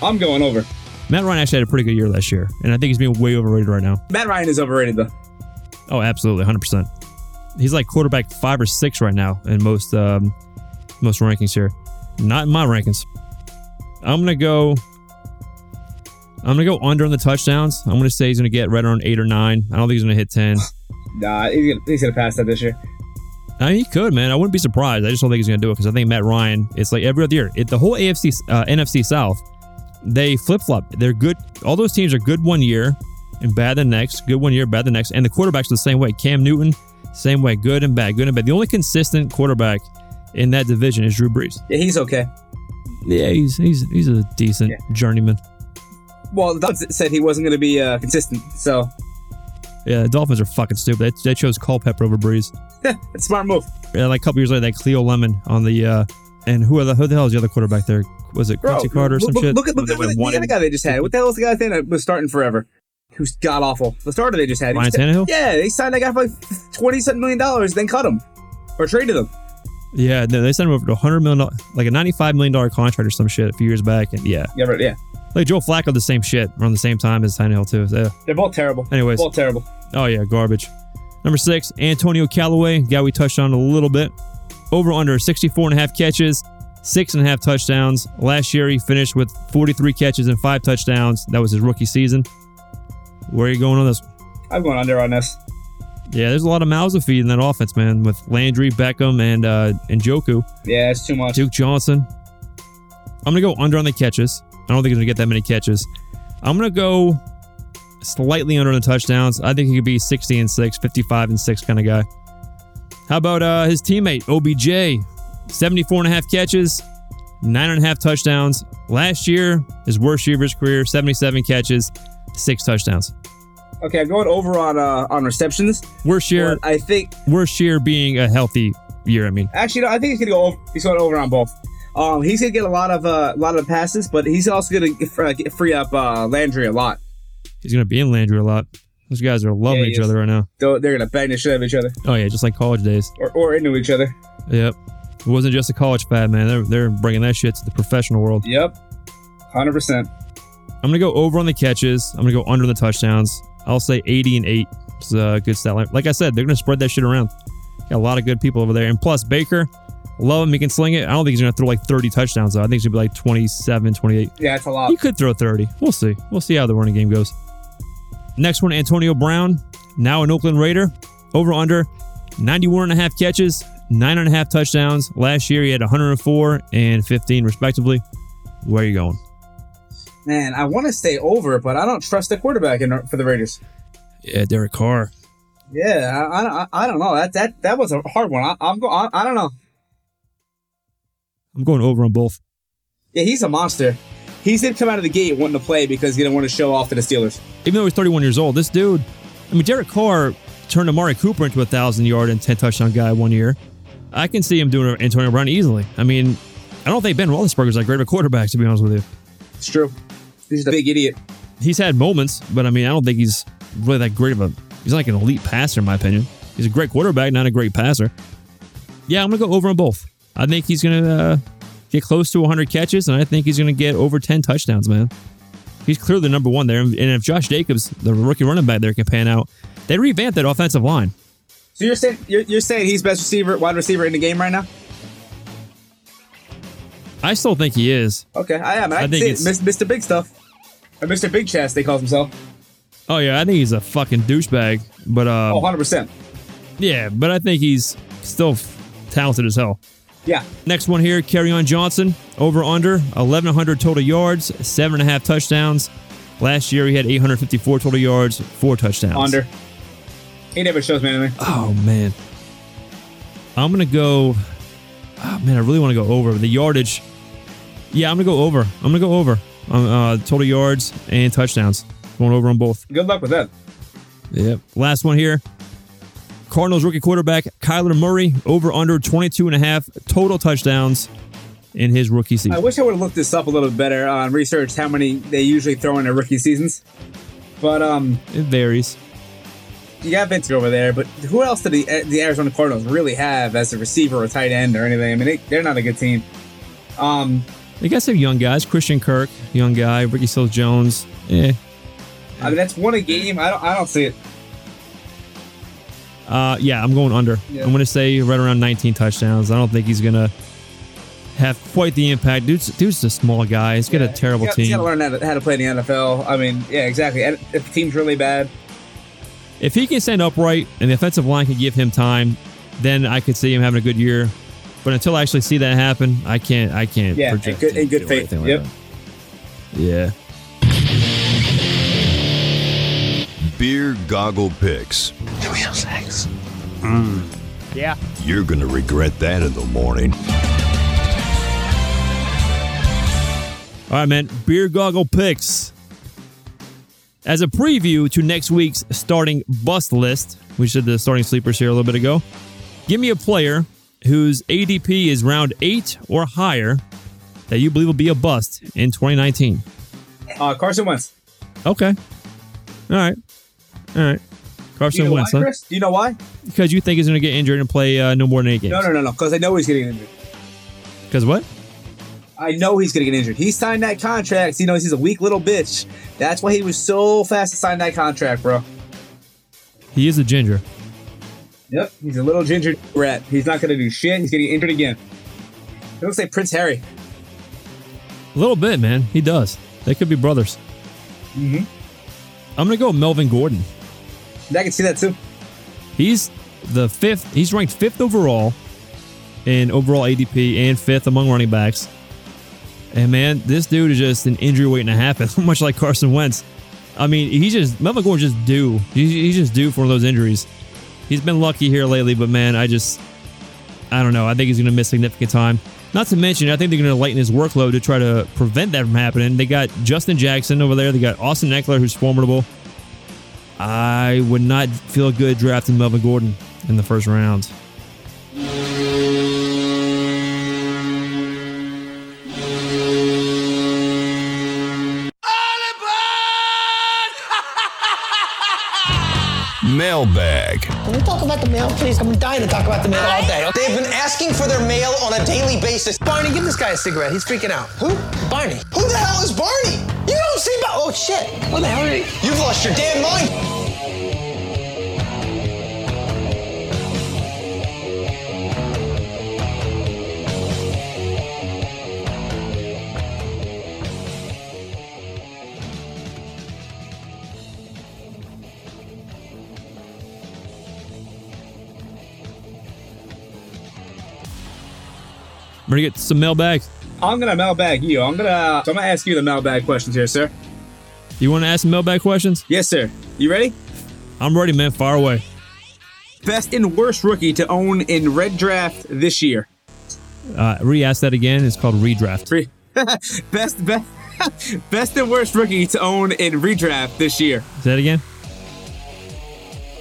I'm going over.
Matt Ryan actually had a pretty good year last year, and I think he's being way overrated right now.
Matt Ryan is overrated though.
Oh, absolutely, 100%. He's like quarterback five or six right now in most um, most rankings here. Not in my rankings. I'm gonna go. I'm gonna go under on the touchdowns. I'm gonna say he's gonna get right around eight or nine. I don't think he's gonna hit ten.
Nah, he's gonna, he's gonna pass that this year.
I mean, he could, man. I wouldn't be surprised. I just don't think he's going to do it because I think Matt Ryan. It's like every other year. It, the whole AFC, uh, NFC South, they flip flop. They're good. All those teams are good one year and bad the next. Good one year, bad the next. And the quarterbacks are the same way. Cam Newton, same way. Good and bad. Good and bad. The only consistent quarterback in that division is Drew Brees.
Yeah, he's okay.
Yeah, he's he's he's a decent journeyman.
Well, the Dolphins said he wasn't gonna be uh, consistent, so
Yeah, the Dolphins are fucking stupid. They, they chose Culpepper over Brees.
it's a smart move.
And like a couple years later, they had Cleo Lemon on the. uh and who, are the, who the hell is the other quarterback there? Was it
Bro,
Quincy Carter or
look,
some
look,
shit?
look at look
They
at
went
the,
one
the
and-
other guy they just had. What the hell was the guy's name that was starting forever? Who's god awful? The starter they just had. He
Ryan
just-
Tannehill?
Yeah, they signed that guy for like twenty something million dollars, then cut him or traded him.
Yeah, no, they sent him over to a hundred million, doll- like a ninety-five million dollar contract or some shit a few years back, and yeah,
Yeah, right, yeah.
like Joe Flacco, the same shit around the same time as Tannehill too. So,
They're both terrible.
Anyways.
both terrible.
oh yeah, garbage. Number six, Antonio Callaway, guy we touched on a little bit, over under 64 and a half catches, six and a half touchdowns. Last year he finished with forty-three catches and five touchdowns. That was his rookie season. Where are you going on this?
I'm going under on this.
Yeah, there's a lot of mouths to feed in that offense, man, with Landry, Beckham, and uh, and Joku.
Yeah, it's too much.
Duke Johnson. I'm gonna go under on the catches. I don't think he's gonna get that many catches. I'm gonna go slightly under on the touchdowns. I think he could be 60 and 6, 55 and 6 kind of guy. How about uh, his teammate, OBJ? 74 and a half catches, nine and a half touchdowns. Last year, his worst year of his career, 77 catches, six touchdowns.
Okay, I'm going over on uh, on receptions.
Worst year,
But I think
worst year being a healthy year, I mean.
actually, no, I think he's gonna go. Over, he's going over on both. Um, he's gonna get a lot of uh, a lot of passes, but he's also gonna get, uh, get free up uh, Landry a lot.
He's gonna be in Landry a lot. Those guys are loving
Yeah, he
each
is.
other right now.
Though they're gonna bang the shit out of each other
Oh yeah, just like college days.
or, or into each other.
Yep. It wasn't just a college fad, man. They're, they're bringing that shit to the professional world.
Yep, hundred percent.
I'm going to go over on the catches. I'm going to go under the touchdowns. I'll say 80 and 8. It's a good stat line. Like I said, they're going to spread that shit around. Got a lot of good people over there. And plus, Baker, love him. He can sling it. I don't think he's going to throw like 30 touchdowns, though. I think he's going to be like 27, 28.
Yeah, it's a lot.
He could throw 30. We'll see. We'll see how the running game goes. Next one, Antonio Brown, now an Oakland Raider, over under 91 and a half catches, nine and a half touchdowns. Last year he had 104 and 15 respectively. Where are you going?
Man, I want to stay over, but I don't trust the quarterback in, for the Raiders.
Yeah, Derek Carr.
Yeah, I, I, I don't know. That that that was a hard one. I, I'm go, I, I don't know.
I'm going over on both.
Yeah, he's a monster. He did come out of the gate wanting to play because he didn't want to show off to the Steelers.
Even though he's 31 years old, this dude, I mean, Derek Carr turned Amari Cooper into a 1,000 yard and 10 touchdown guy one year. I can see him doing an Antonio Brown easily. I mean, I don't think Ben Roethlisberger's that great of a quarterback, to be honest with you.
It's true. He's a big idiot.
He's had moments, but I mean, I don't think he's really that great of a. He's not like an elite passer, in my opinion. He's a great quarterback, not a great passer. Yeah, I'm gonna go over on both. I think he's gonna uh, get close to 100 catches, and I think he's gonna get over 10 touchdowns, man. He's clearly the number one there, and if Josh Jacobs, the rookie running back there, can pan out, they revamped that offensive line.
So you're saying you're, you're saying he's best receiver, wide receiver in the game right now?
I still think he is.
Okay, I am. I,
I
can
think
see it.
it's-
Mis- Mr. Big Stuff. Or Mr. Big Chest, they calls himself.
Oh yeah, I think he's a fucking douchebag, but uh,
Oh, 100%.
yeah, but I think he's still f- talented as hell.
Yeah.
Next one here, Carry On Johnson, over under 1,100 total yards, seven and a half touchdowns. Last year he had 854 total yards, four touchdowns.
Under. He never shows me anything.
Oh man, I'm gonna go. Oh, man, I really want to go over the yardage. Yeah, I'm gonna go over. I'm gonna go over on uh, total yards and touchdowns. Going over on both.
Good luck with that.
Yep. Last one here. Cardinals rookie quarterback Kyler Murray over under 22 and a half total touchdowns in his rookie
I
season.
wish I would have looked this up a little bit better on research how many they usually throw in their rookie seasons. But um,
It varies.
you got Vince over there. But who else did the uh, the Arizona Cardinals really have as a receiver or tight end or anything? I mean, they, they're not a good team. Um,
They got some young guys. Christian Kirk, young guy. Ricky Seals Jones. Eh.
I mean, that's one a game. I don't I don't see it.
Uh, yeah, I'm going under.
Yeah.
I'm going to say right around 19 touchdowns. I don't think he's going to have quite the impact. Dude's, dude's a small guy. He's got a terrible
You gotta,
team.
You got to learn how to, how to play in the NFL. I mean, yeah, exactly. And if the team's really bad,
If he can stand upright and the offensive line can give him time, then I could see him having a good year. But until I actually see that happen, I can't. I can't.
Yeah, in
project
good- in
and
good
do
faith.
anything
Yep.
that. Yeah.
Beer goggle picks.
Yeah.
You're going to regret that in the morning.
All right, man. Beer goggle picks. As a preview to next week's starting bust list, we did the starting sleepers here a little bit ago. Give me a player whose ADP is round eight or higher that you believe will be a bust in 2019.
uh, Carson Wentz.
Okay. All right. All right.
Do you
Carson
know
Wentz,
why,
huh?
Chris? Do you know why?
Because you think he's going to get injured and play uh, no more than eight games.
No, no, no, no. Because I know he's getting injured.
Because what?
I know he's going to get injured. He signed that contract. He knows he's a weak little bitch. That's why he was so fast to sign that contract, bro.
He is a ginger.
Yep, he's a little ginger rat. He's not going to do shit. He's getting injured again. It looks like Prince Harry.
A little bit, man. He does. They could be brothers. Mm-hmm. I'm going to go Melvin Gordon.
I can see that too.
He's the fifth. He's ranked fifth overall in overall ADP and fifth among running backs. And man, this dude is just an injury waiting to happen, much like Carson Wentz. I mean, he just Melvin Gordon's just due. He's, he's just due for one of those injuries. He's been lucky here lately, but man, I just I don't know. I think he's going to miss significant time. Not to mention, I think they're going to lighten his workload to try to prevent that from happening. They got Justin Jackson over there. They got Austin Eckler, who's formidable. I would not feel good drafting Melvin Gordon in the first round.
Mailbag.
Can we talk about the mail, please? I'm dying to talk about the mail all day.
They've been asking for their mail on a daily basis.
Barney, give this guy a cigarette. He's freaking out. Who? Barney.
Who the hell is Barney? You don't see Barney. Oh shit!
What the hell are you?
You've lost your damn mind.
We're gonna get some mailbag.
I'm going to mailbag you. I'm going to. So I'm going to ask you the mailbag questions here, sir.
You want to ask some mailbag questions?
Yes, sir. You ready?
I'm ready, man. Fire away.
Best and worst rookie to own in red draft this year.
Uh, re-ask that again. It's called redraft.
Re- best, best, best and worst rookie to own in redraft this year.
Say that again.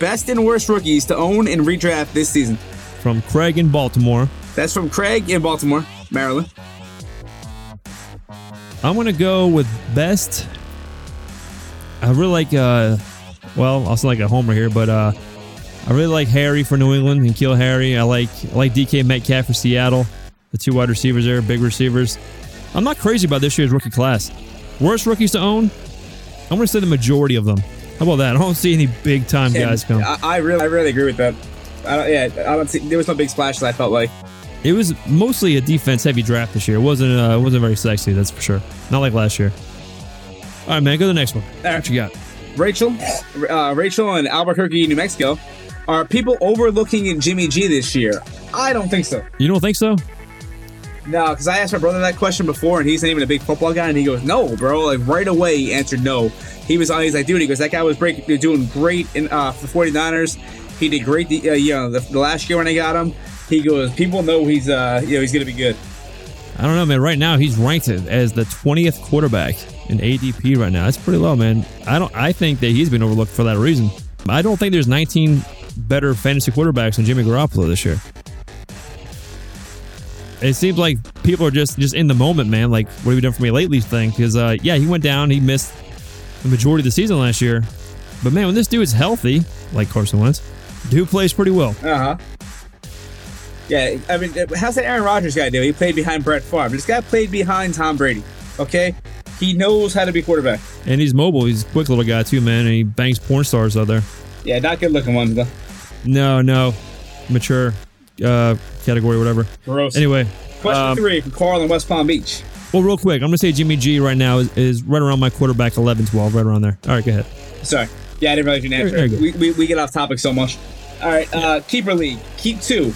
Best and worst rookies to own in redraft this season.
From Craig in Baltimore.
That's from Craig in Baltimore, Maryland.
I'm gonna go with best. I really like. Uh, well, I'll sound like a homer here, but uh, I really like Harry for New England and Kill Harry. I like I like DK Metcalf for Seattle. The two wide receivers there, big receivers. I'm not crazy about this year's rookie class. Worst rookies to own. I'm gonna say the majority of them. How about that? I don't see any big time
And
guys come.
I, I really, I really agree with that. I don't, yeah, I don't see. There was no big splashes. I felt like.
It was mostly a defense heavy draft this year. It wasn't uh, it wasn't very sexy, that's for sure. Not like last year. All right, man, go to the next one. What you got?
Rachel, uh, Rachel in Albuquerque, New Mexico. Are people overlooking Jimmy G this year? I don't think so.
You don't think so?
No, because I asked my brother that question before, and he's not even a big football guy, and he goes, "No, bro!" Like right away, he answered no. He was on. He's like, "Dude," he goes, "That guy was break, doing great in uh, for 49ers. He did great. The, uh, you know, the, the last year when I got him, he goes, people know he's uh, you know, he's gonna be good."
I don't know, man. Right now, he's ranked as the 20th quarterback in ADP right now. That's pretty low, man. I don't. I think that he's been overlooked for that reason. I don't think there's 19 better fantasy quarterbacks than Jimmy Garoppolo this year. It seems like people are just just in the moment, man. Like, what have you done for me lately? Thing, because uh, yeah, he went down. He missed the majority of the season last year. But man, when this dude's healthy, like Carson Wentz, dude plays pretty well.
Uh huh. Yeah, I mean, how's that Aaron Rodgers guy do? He played behind Brett Favre. This guy played behind Tom Brady. Okay, he knows how to be quarterback.
And he's mobile. He's a quick little guy too, man. And he bangs porn stars out there.
Yeah, not good looking ones though.
No, no, mature uh, category, whatever.
Gross.
Anyway,
Question
um,
three from Carl in West Palm Beach.
well, real quick, I'm gonna say Jimmy G right now is, is right around my quarterback 11, 12, right around there. All right, go ahead.
Sorry. Yeah, I didn't realize your name.
Very good.
We, we, we get off topic so much. All right, uh, keeper league. Keep two.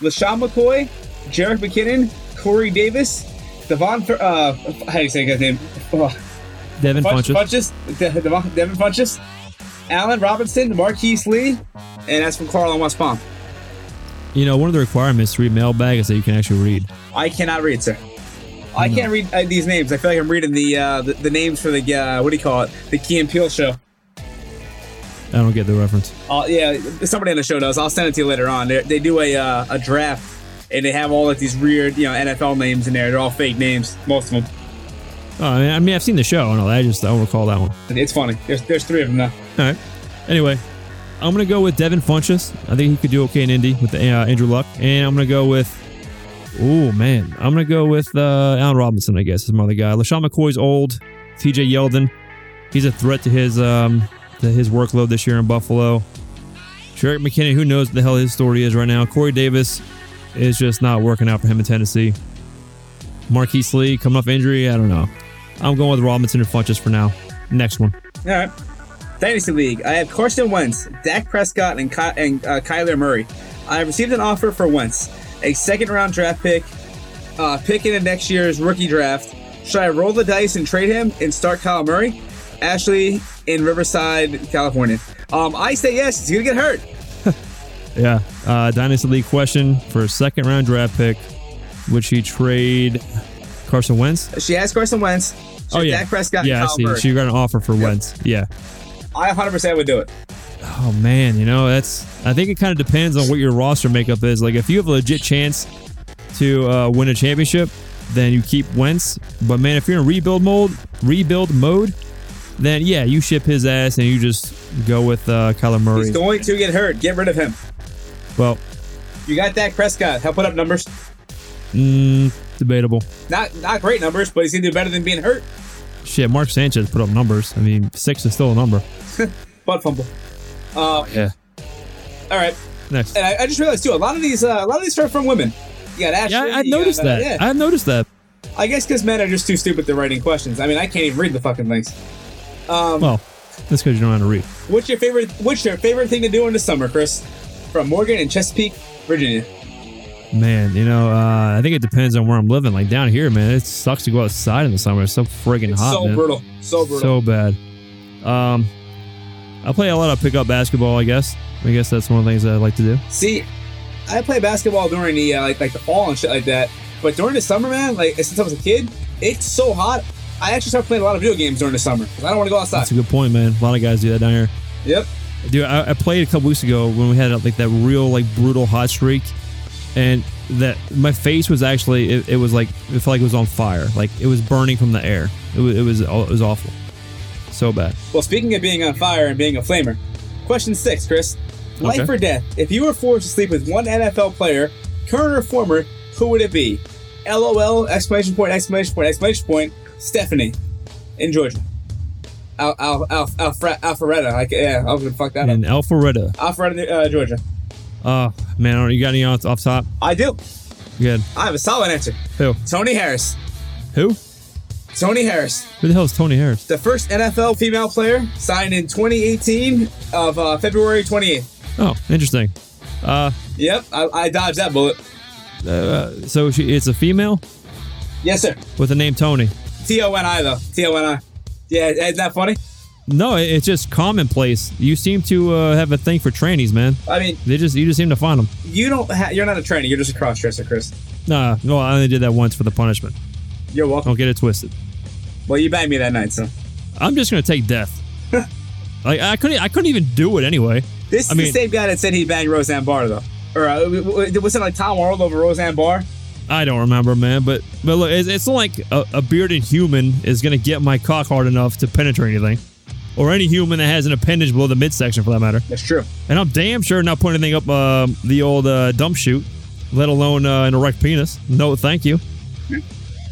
LaShawn McCoy, Jarek McKinnon, Corey Davis, Devon. Fer- Uh, how do you say his name? Oh,
Devin
Funch-
Funches.
Funches. De- Devon- Devin Funches. Allen Robinson, Marquise Lee, and that's from Carl and West Palm.
You know, one of the requirements to read mailbag is that you can actually read.
I cannot read, sir. I can't read uh, these names. I feel like I'm reading the uh, the, the names for the uh, what do you call it? The Key and Peele show.
I don't get the reference.
Uh, yeah, somebody on the show knows. I'll send it to you later on. They're, they do a uh, a draft, and they have all of these weird, you know, NFL names in there. They're all fake names, most of them.
Oh, I mean, I mean, I've seen the show and all that. I just I don't recall that one. All
It's funny. There's there's three of them now.
right. Anyway, I'm gonna go with Devin Funches. I think he could do okay in Indy with uh, Andrew Luck, and I'm gonna go with. Oh man, I'm gonna go with uh, Allen Robinson. I guess is my other guy. Lashawn McCoy's old. T.J. Yeldon, he's a threat to his um to his workload this year in Buffalo. Jarek McKinnon, who knows what the hell his story is right now. Corey Davis is just not working out for him in Tennessee. Marquise Lee coming off injury. I don't know. I'm going with Robinson and Funches for now. Next one.
All right. Dynasty League. I have Carson Wentz, Dak Prescott, and, Ky- and uh, Kyler Murray. I have received an offer for Wentz, a second round draft pick, uh, pick in the next year's rookie draft. Should I roll the dice and trade him and start Kyle Murray? Ashley in Riverside, California. Um, I say yes. He's gonna get hurt.
Yeah. Uh, Dynasty League question for a second round draft pick. Would she trade Carson Wentz?
She has Carson Wentz. She
oh,
has
yeah.
Dak Prescott.
yeah,
and
I
Kyle
see.
Murray.
She got an offer for Wentz. Yeah.
I 100% would do it.
Oh, man. You know, that's, I think it kind of depends on what your roster makeup is. Like, if you have a legit chance to uh, win a championship, then you keep Wentz. But, man, if you're in rebuild mode, rebuild mode, then yeah, you ship his ass and you just go with uh, Kyler Murray.
He's going to get hurt. Get rid of him.
well,
You got Dak Prescott. He'll put up numbers.
mm, debatable.
Not not great numbers, but he's gonna do better than being hurt.
Shit, Mark Sanchez put up numbers. I mean, six is still a number.
Butt fumble. Uh,
Yeah.
All right.
Next.
And I, I just realized too, a lot of these, uh, a lot of these are from women. You got Ashley.
Yeah, I, I
you got,
noticed
uh,
that.
yeah.
I noticed that.
I, guess because men are just too stupid to writing questions. I mean, I can't even read the fucking things. Um,
Well, that's because you don't know how to read.
what's your favorite? What's your favorite thing to do in the summer, Chris? From Morgan in Chesapeake, Virginia.
Man, you know, uh, I think it depends on where I'm living. Like down here, man, it sucks to go outside in the summer. It's so friggin' hot.
so
man.
brutal. So brutal.
So bad. Um, I play a lot of pickup basketball. I guess. I guess that's one of the things that I like to do.
See, I play basketball during the uh, like like the fall and shit like that. But during the summer, man, like since I was a kid, it's so hot. I actually started playing a lot of video games during the summer 'cause I don't want to go outside.
That's a good point, man. A lot of guys do that down here.
Yep.
Dude, I, I played a couple weeks ago when we had uh, like that real like brutal hot streak, and that my face was actually it, it was like it felt like it was on fire, like it was burning from the air. It was it was, it was awful, so bad.
Well, speaking of being on fire and being a flamer, question six, Chris. Life
Okay.
or death? If you were forced to sleep with one NFL player, current or former, who would it be? LOL! Exclamation point! Exclamation point! Exclamation point! Stephanie, in Georgia. Al Al Al Alfre- Alpharetta. I, ca- yeah, I was gonna fuck that
And Alpharetta,
up. Alpharetta, uh, Georgia.
oh man, all right, you got any off, off top?
I do.
Good.
I have a solid answer.
Who?
Tony Harris.
Who?
Tony Harris.
Who the hell is Tony Harris?
the first NFL female player signed in 2018 of uh, February 28th.
Oh, interesting. Uh,
Yep, I, I dodged that bullet.
uh so she it's a female
Yes, sir.
with the name Tony.
T O N I though. T O N I. Yeah, isn't that funny?
No, it, it's just commonplace. You seem to uh, have a thing for trannies, man.
I mean,
They just you just seem to find them.
you don't. Ha- you're not a trainer. You're just a cross dresser, Chris.
Nah, no, I only did that once for the punishment.
You're welcome.
Don't get it twisted.
Well, you banged me that night, so
I'm just gonna take death. like I couldn't, I couldn't even do it anyway.
this is
I
the
mean,
same guy that said he banged Roseanne Barr though. Or uh, w- w- was it like Tom Arnold over Roseanne Barr?
I don't remember, man. But but look, it's, it's not like a, a bearded human is gonna get my cock hard enough to penetrate anything, or any human that has an appendage below the midsection for that matter.
That's true.
And I'm damn sure not putting anything up um the old uh, dump chute, let alone uh, an erect penis. No, thank you.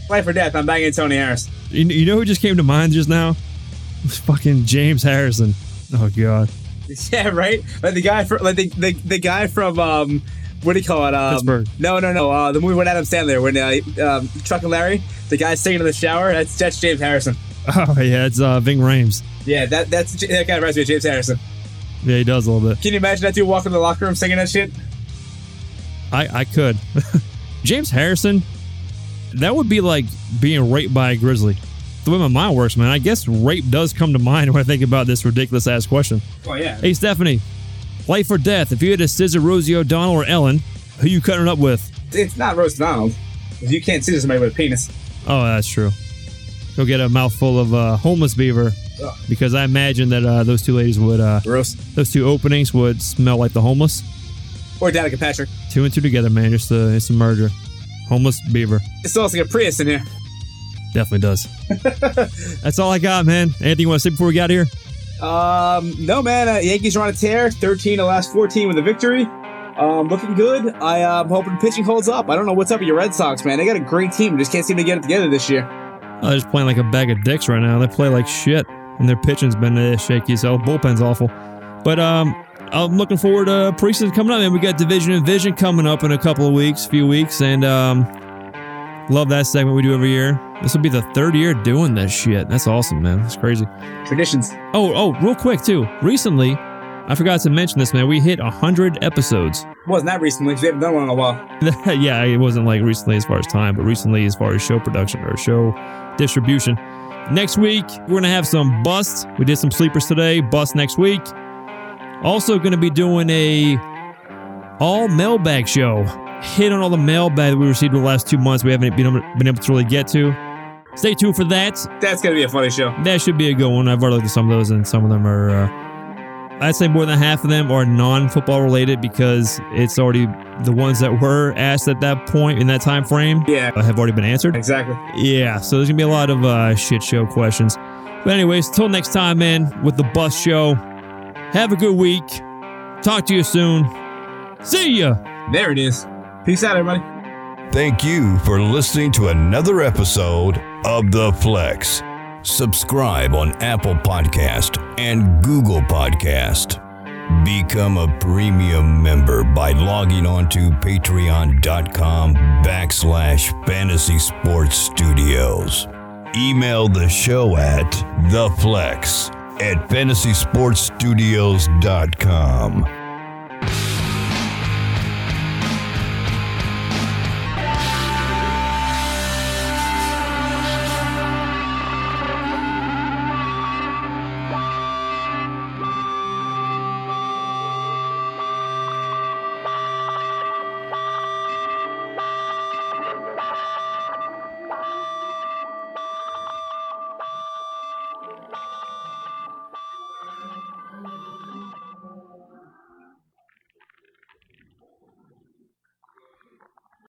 Life or death. I'm banging Tony Harris.
You, you know who just came to mind just now? It was fucking James Harrison. Oh god,
Yeah, right. Like the guy from like the, the, the guy from um, what do you call it? Um,
Pittsburgh.
No, no, no. Uh, the movie with Adam Sandler when uh, um, Chuck and Larry, the guy's singing in the shower. That's that's James Harrison.
oh yeah, it's uh, Ving Rhames.
Yeah, that that's that guy reminds me of James Harrison.
Yeah, he does a little bit.
Can you imagine that dude walking in the locker room singing that shit?
I, I could. James Harrison, that would be like being raped by a grizzly. The way my mind works, man, I guess rape does come to mind when I think about this ridiculous ass question.
Oh yeah.
Hey, Stephanie, life or death, if you had to scissor Rosie O'Donnell or Ellen, who you cutting up with?
It's not Rose Donald. You can't see somebody with a penis.
Oh, that's true. Go get a mouthful of uh, homeless beaver
Ugh.
because I imagine that uh, those two ladies would, uh,
Gross.
those two openings would smell like the homeless.
Or Danica Patrick.
Two and two together, man. Just a, it's a murder. Homeless beaver.
It smells like a Prius in here.
Definitely does. That's all I got, man. Anything you want to say before we got here?
Um, no, man. Uh, Yankees are on a tear. 13 to last 14 with a victory. Um, looking good. I am hoping pitching holds up. I don't know what's up with your Red Sox, man. They got a great team. Just can't seem to get it together this year.
Oh, they're just playing like a bag of dicks right now. They play like shit, and their pitching's been uh, shaky, so bullpen's awful. But um, I'm looking forward to preseason coming up, and we got division and vision coming up in a couple of weeks, few weeks, and um, love that segment we do every year. This will be the third year doing this shit. That's awesome, man. That's crazy.
Traditions.
Oh, oh, real quick too. Recently, I forgot to mention this, man. We hit hundred episodes.
Wasn't that recently? 'cause We haven't done one in a while.
yeah, it wasn't like recently as far as time, but recently as far as show production or show distribution. Next week, we're going to have some busts. We did some sleepers today, bust next week. Also going to be doing a all mailbag show. Hit on all the mailbag that we received in the last two months. We haven't been able, been able to really get to. Stay tuned for that.
That's gonna be a funny show.
That should be a good one. I've already looked at some of those, and some of them are. Uh, I'd say more than half of them are non-football related because it's already the ones that were asked at that point in that time frame
Yeah,
uh, have already been answered.
exactly.
Yeah, so there's gonna be a lot of uh, shit show questions. But anyways, till next time, man. With the bus show, have a good week. Talk to you soon. See ya.
There it is. Peace out, everybody.
Thank you for listening to another episode of The Flex. Subscribe on Apple Podcast and Google Podcast. Become a premium member by logging on to patreon.com backslash fantasy sports studios. Email the show at theflex at fantasysportsstudios.com.